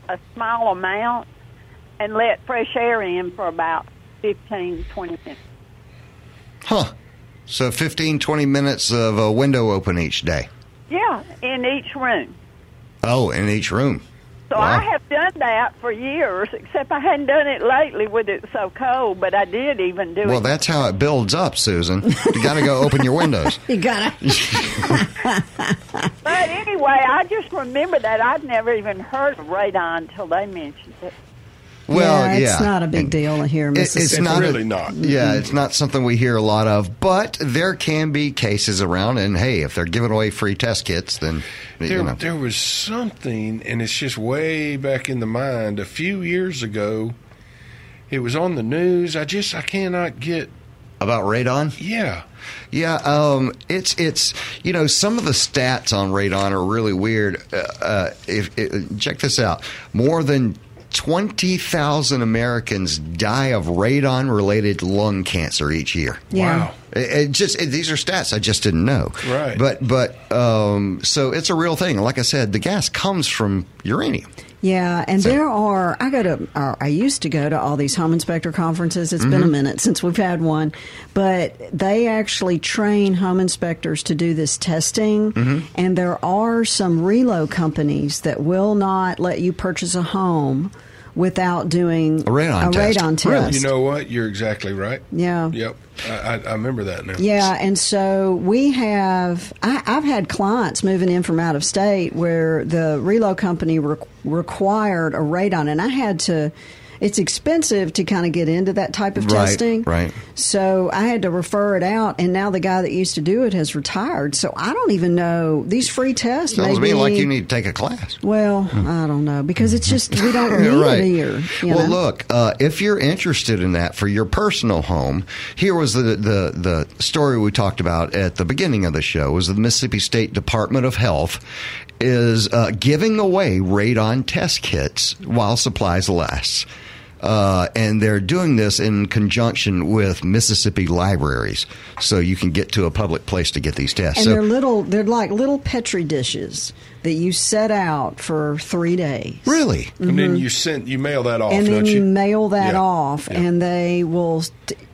Speaker 8: a small amount, and let fresh air in for about fifteen, twenty minutes.
Speaker 1: Huh. So 15, 20 minutes of a window open each day.
Speaker 8: Yeah, in each room.
Speaker 1: Oh, in each room.
Speaker 8: So
Speaker 1: Wow.
Speaker 8: I have done that for years, [laughs] except I hadn't done it lately with it so cold, but I did even do
Speaker 1: Well,
Speaker 8: it.
Speaker 1: that's how it builds up, Susan. You got to go open your windows.
Speaker 2: You gotta.
Speaker 8: But anyway, I just remember that I'd never even heard of radon until they mentioned it.
Speaker 1: Well, yeah,
Speaker 2: yeah, it's not a big deal here, in
Speaker 1: It-
Speaker 2: Mississippi.
Speaker 1: it's not a-
Speaker 3: really not.
Speaker 2: Mm-hmm.
Speaker 1: Yeah, it's not something we hear a lot of, but there can be cases around. And hey, if they're giving away free test kits, then
Speaker 3: There,
Speaker 1: you know,
Speaker 3: there was something, and it's just way back in the mind. A few years ago, it was on the news. I just I cannot get.
Speaker 1: about radon.
Speaker 3: Yeah,
Speaker 1: Yeah, um, it's it's you know some of the stats on radon are really weird. Uh, uh, if, if check this out, more than twenty thousand Americans die of radon related lung cancer each year.
Speaker 2: Yeah.
Speaker 3: wow.
Speaker 1: It, it just it, these are stats I just didn't know.
Speaker 3: Right.
Speaker 1: But but um, so it's a real thing. Like I said, the gas comes from uranium.
Speaker 2: Yeah, and
Speaker 1: So-
Speaker 2: there are. I go to. Or I used to go to all these home inspector conferences. It's
Speaker 1: Mm-hmm.
Speaker 2: been a minute since we've had one, but they actually train home inspectors to do this testing.
Speaker 1: Mm-hmm.
Speaker 2: And there are some relo companies that will not let you purchase a home without doing a
Speaker 1: radon test.
Speaker 2: radon test.
Speaker 1: Really?
Speaker 3: You know what? You're exactly right.
Speaker 2: Yeah.
Speaker 3: Yep. I, I, I remember that now.
Speaker 2: Yeah, and so we have. I, I've had clients moving in from out of state where the relo company re- required a radon, and I had to. It's expensive to kind of get into that type of
Speaker 1: Right,
Speaker 2: testing,
Speaker 1: right.
Speaker 2: So I had to refer it out, and now the guy that used to do it has retired. So I don't even know these free tests.
Speaker 1: Sounds to
Speaker 2: maybe,
Speaker 1: me like you need to take a class. [laughs]
Speaker 2: Well, I don't know because it's just we don't need it here. you
Speaker 1: well,
Speaker 2: know?
Speaker 1: look, uh, if you're interested in that for your personal home, here was the, the the story we talked about at the beginning of the show. Was the Mississippi State Department of Health is uh, giving away radon test kits while supplies last. Uh, and they're doing this in conjunction with Mississippi libraries, so you can get to a public place to get these tests.
Speaker 2: And
Speaker 1: So-
Speaker 2: they're little. They're like little petri dishes that you set out for three days.
Speaker 1: really,
Speaker 3: And then you sent you mail that off,
Speaker 2: and then
Speaker 3: don't
Speaker 2: you,
Speaker 3: you?
Speaker 2: mail that
Speaker 3: Yeah.
Speaker 2: off
Speaker 3: Yeah.
Speaker 2: and they will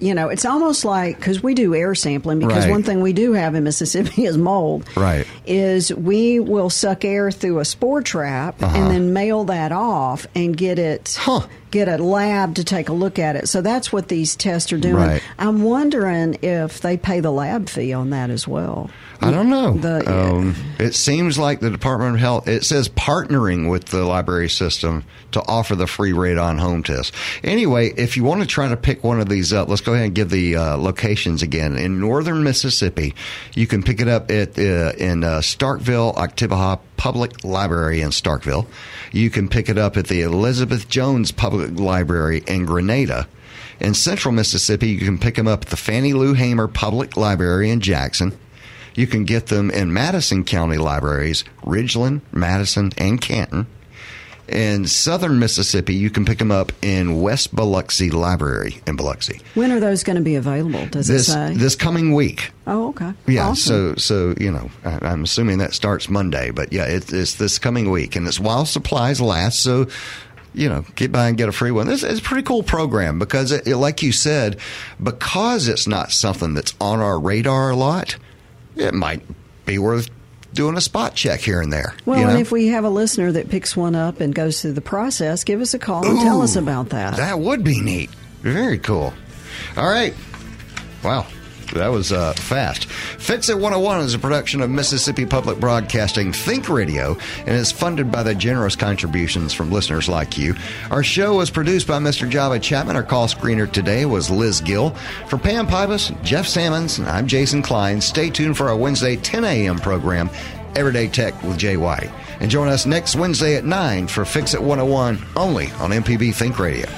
Speaker 2: you know it's almost like because we do air sampling because
Speaker 1: Right.
Speaker 2: one thing we do have in mississippi [laughs] is mold
Speaker 1: Right.
Speaker 2: is we will suck air through a spore trap and then mail that off and get it
Speaker 1: Uh-huh. Huh.
Speaker 2: get a lab to take a look at it so that's what these tests are doing
Speaker 1: Right.
Speaker 2: i'm wondering if they pay the lab fee on that as well
Speaker 1: I don't know.
Speaker 2: The-
Speaker 1: um, it seems like the Department of Health. It says partnering with the library system to offer the free radon home test. Anyway, if you want to try to pick one of these up, let's go ahead and give the uh, locations again. In northern Mississippi, you can pick it up at uh, in uh, Starkville, Octibaha Public Library in Starkville. You can pick it up at the Elizabeth Jones Public Library in Grenada. In central Mississippi, you can pick them up at the Fannie Lou Hamer Public Library in Jackson. You can get them in Madison County libraries, Ridgeland, Madison, and Canton. In southern Mississippi, you can pick them up in West Biloxi Library in Biloxi.
Speaker 2: when are those going to be available does
Speaker 1: This
Speaker 2: it say
Speaker 1: this coming week.
Speaker 2: oh okay
Speaker 1: Yeah,
Speaker 2: Awesome.
Speaker 1: so so you know, I, I'm assuming that starts Monday, but yeah, it, it's this coming week, and it's while supplies last. So you know, get by and get a free one. This is a pretty cool program because, it, it- like you said, because it's not something that's on our radar a lot, it might be worth doing a spot check here and there.
Speaker 2: Well,
Speaker 1: you know?
Speaker 2: and if we have a listener that picks one up and goes through the process, give us a call and tell us about that.
Speaker 1: That would be neat. Very cool. All right. Wow. That was uh, fast. Fits at 101 is a production of Mississippi Public Broadcasting Think Radio and is funded by the generous contributions from listeners like you. Our show was produced by Mr. Java Chapman. Our call screener today was Liz Gill. For Pam Pybus, Jeff Sammons, and I'm Jason Klein. Stay tuned for our Wednesday 10 a.m. program, Everyday Tech with Jay White. oh And join us next Wednesday at 9 for Fix It 101 only on MPB Think Radio.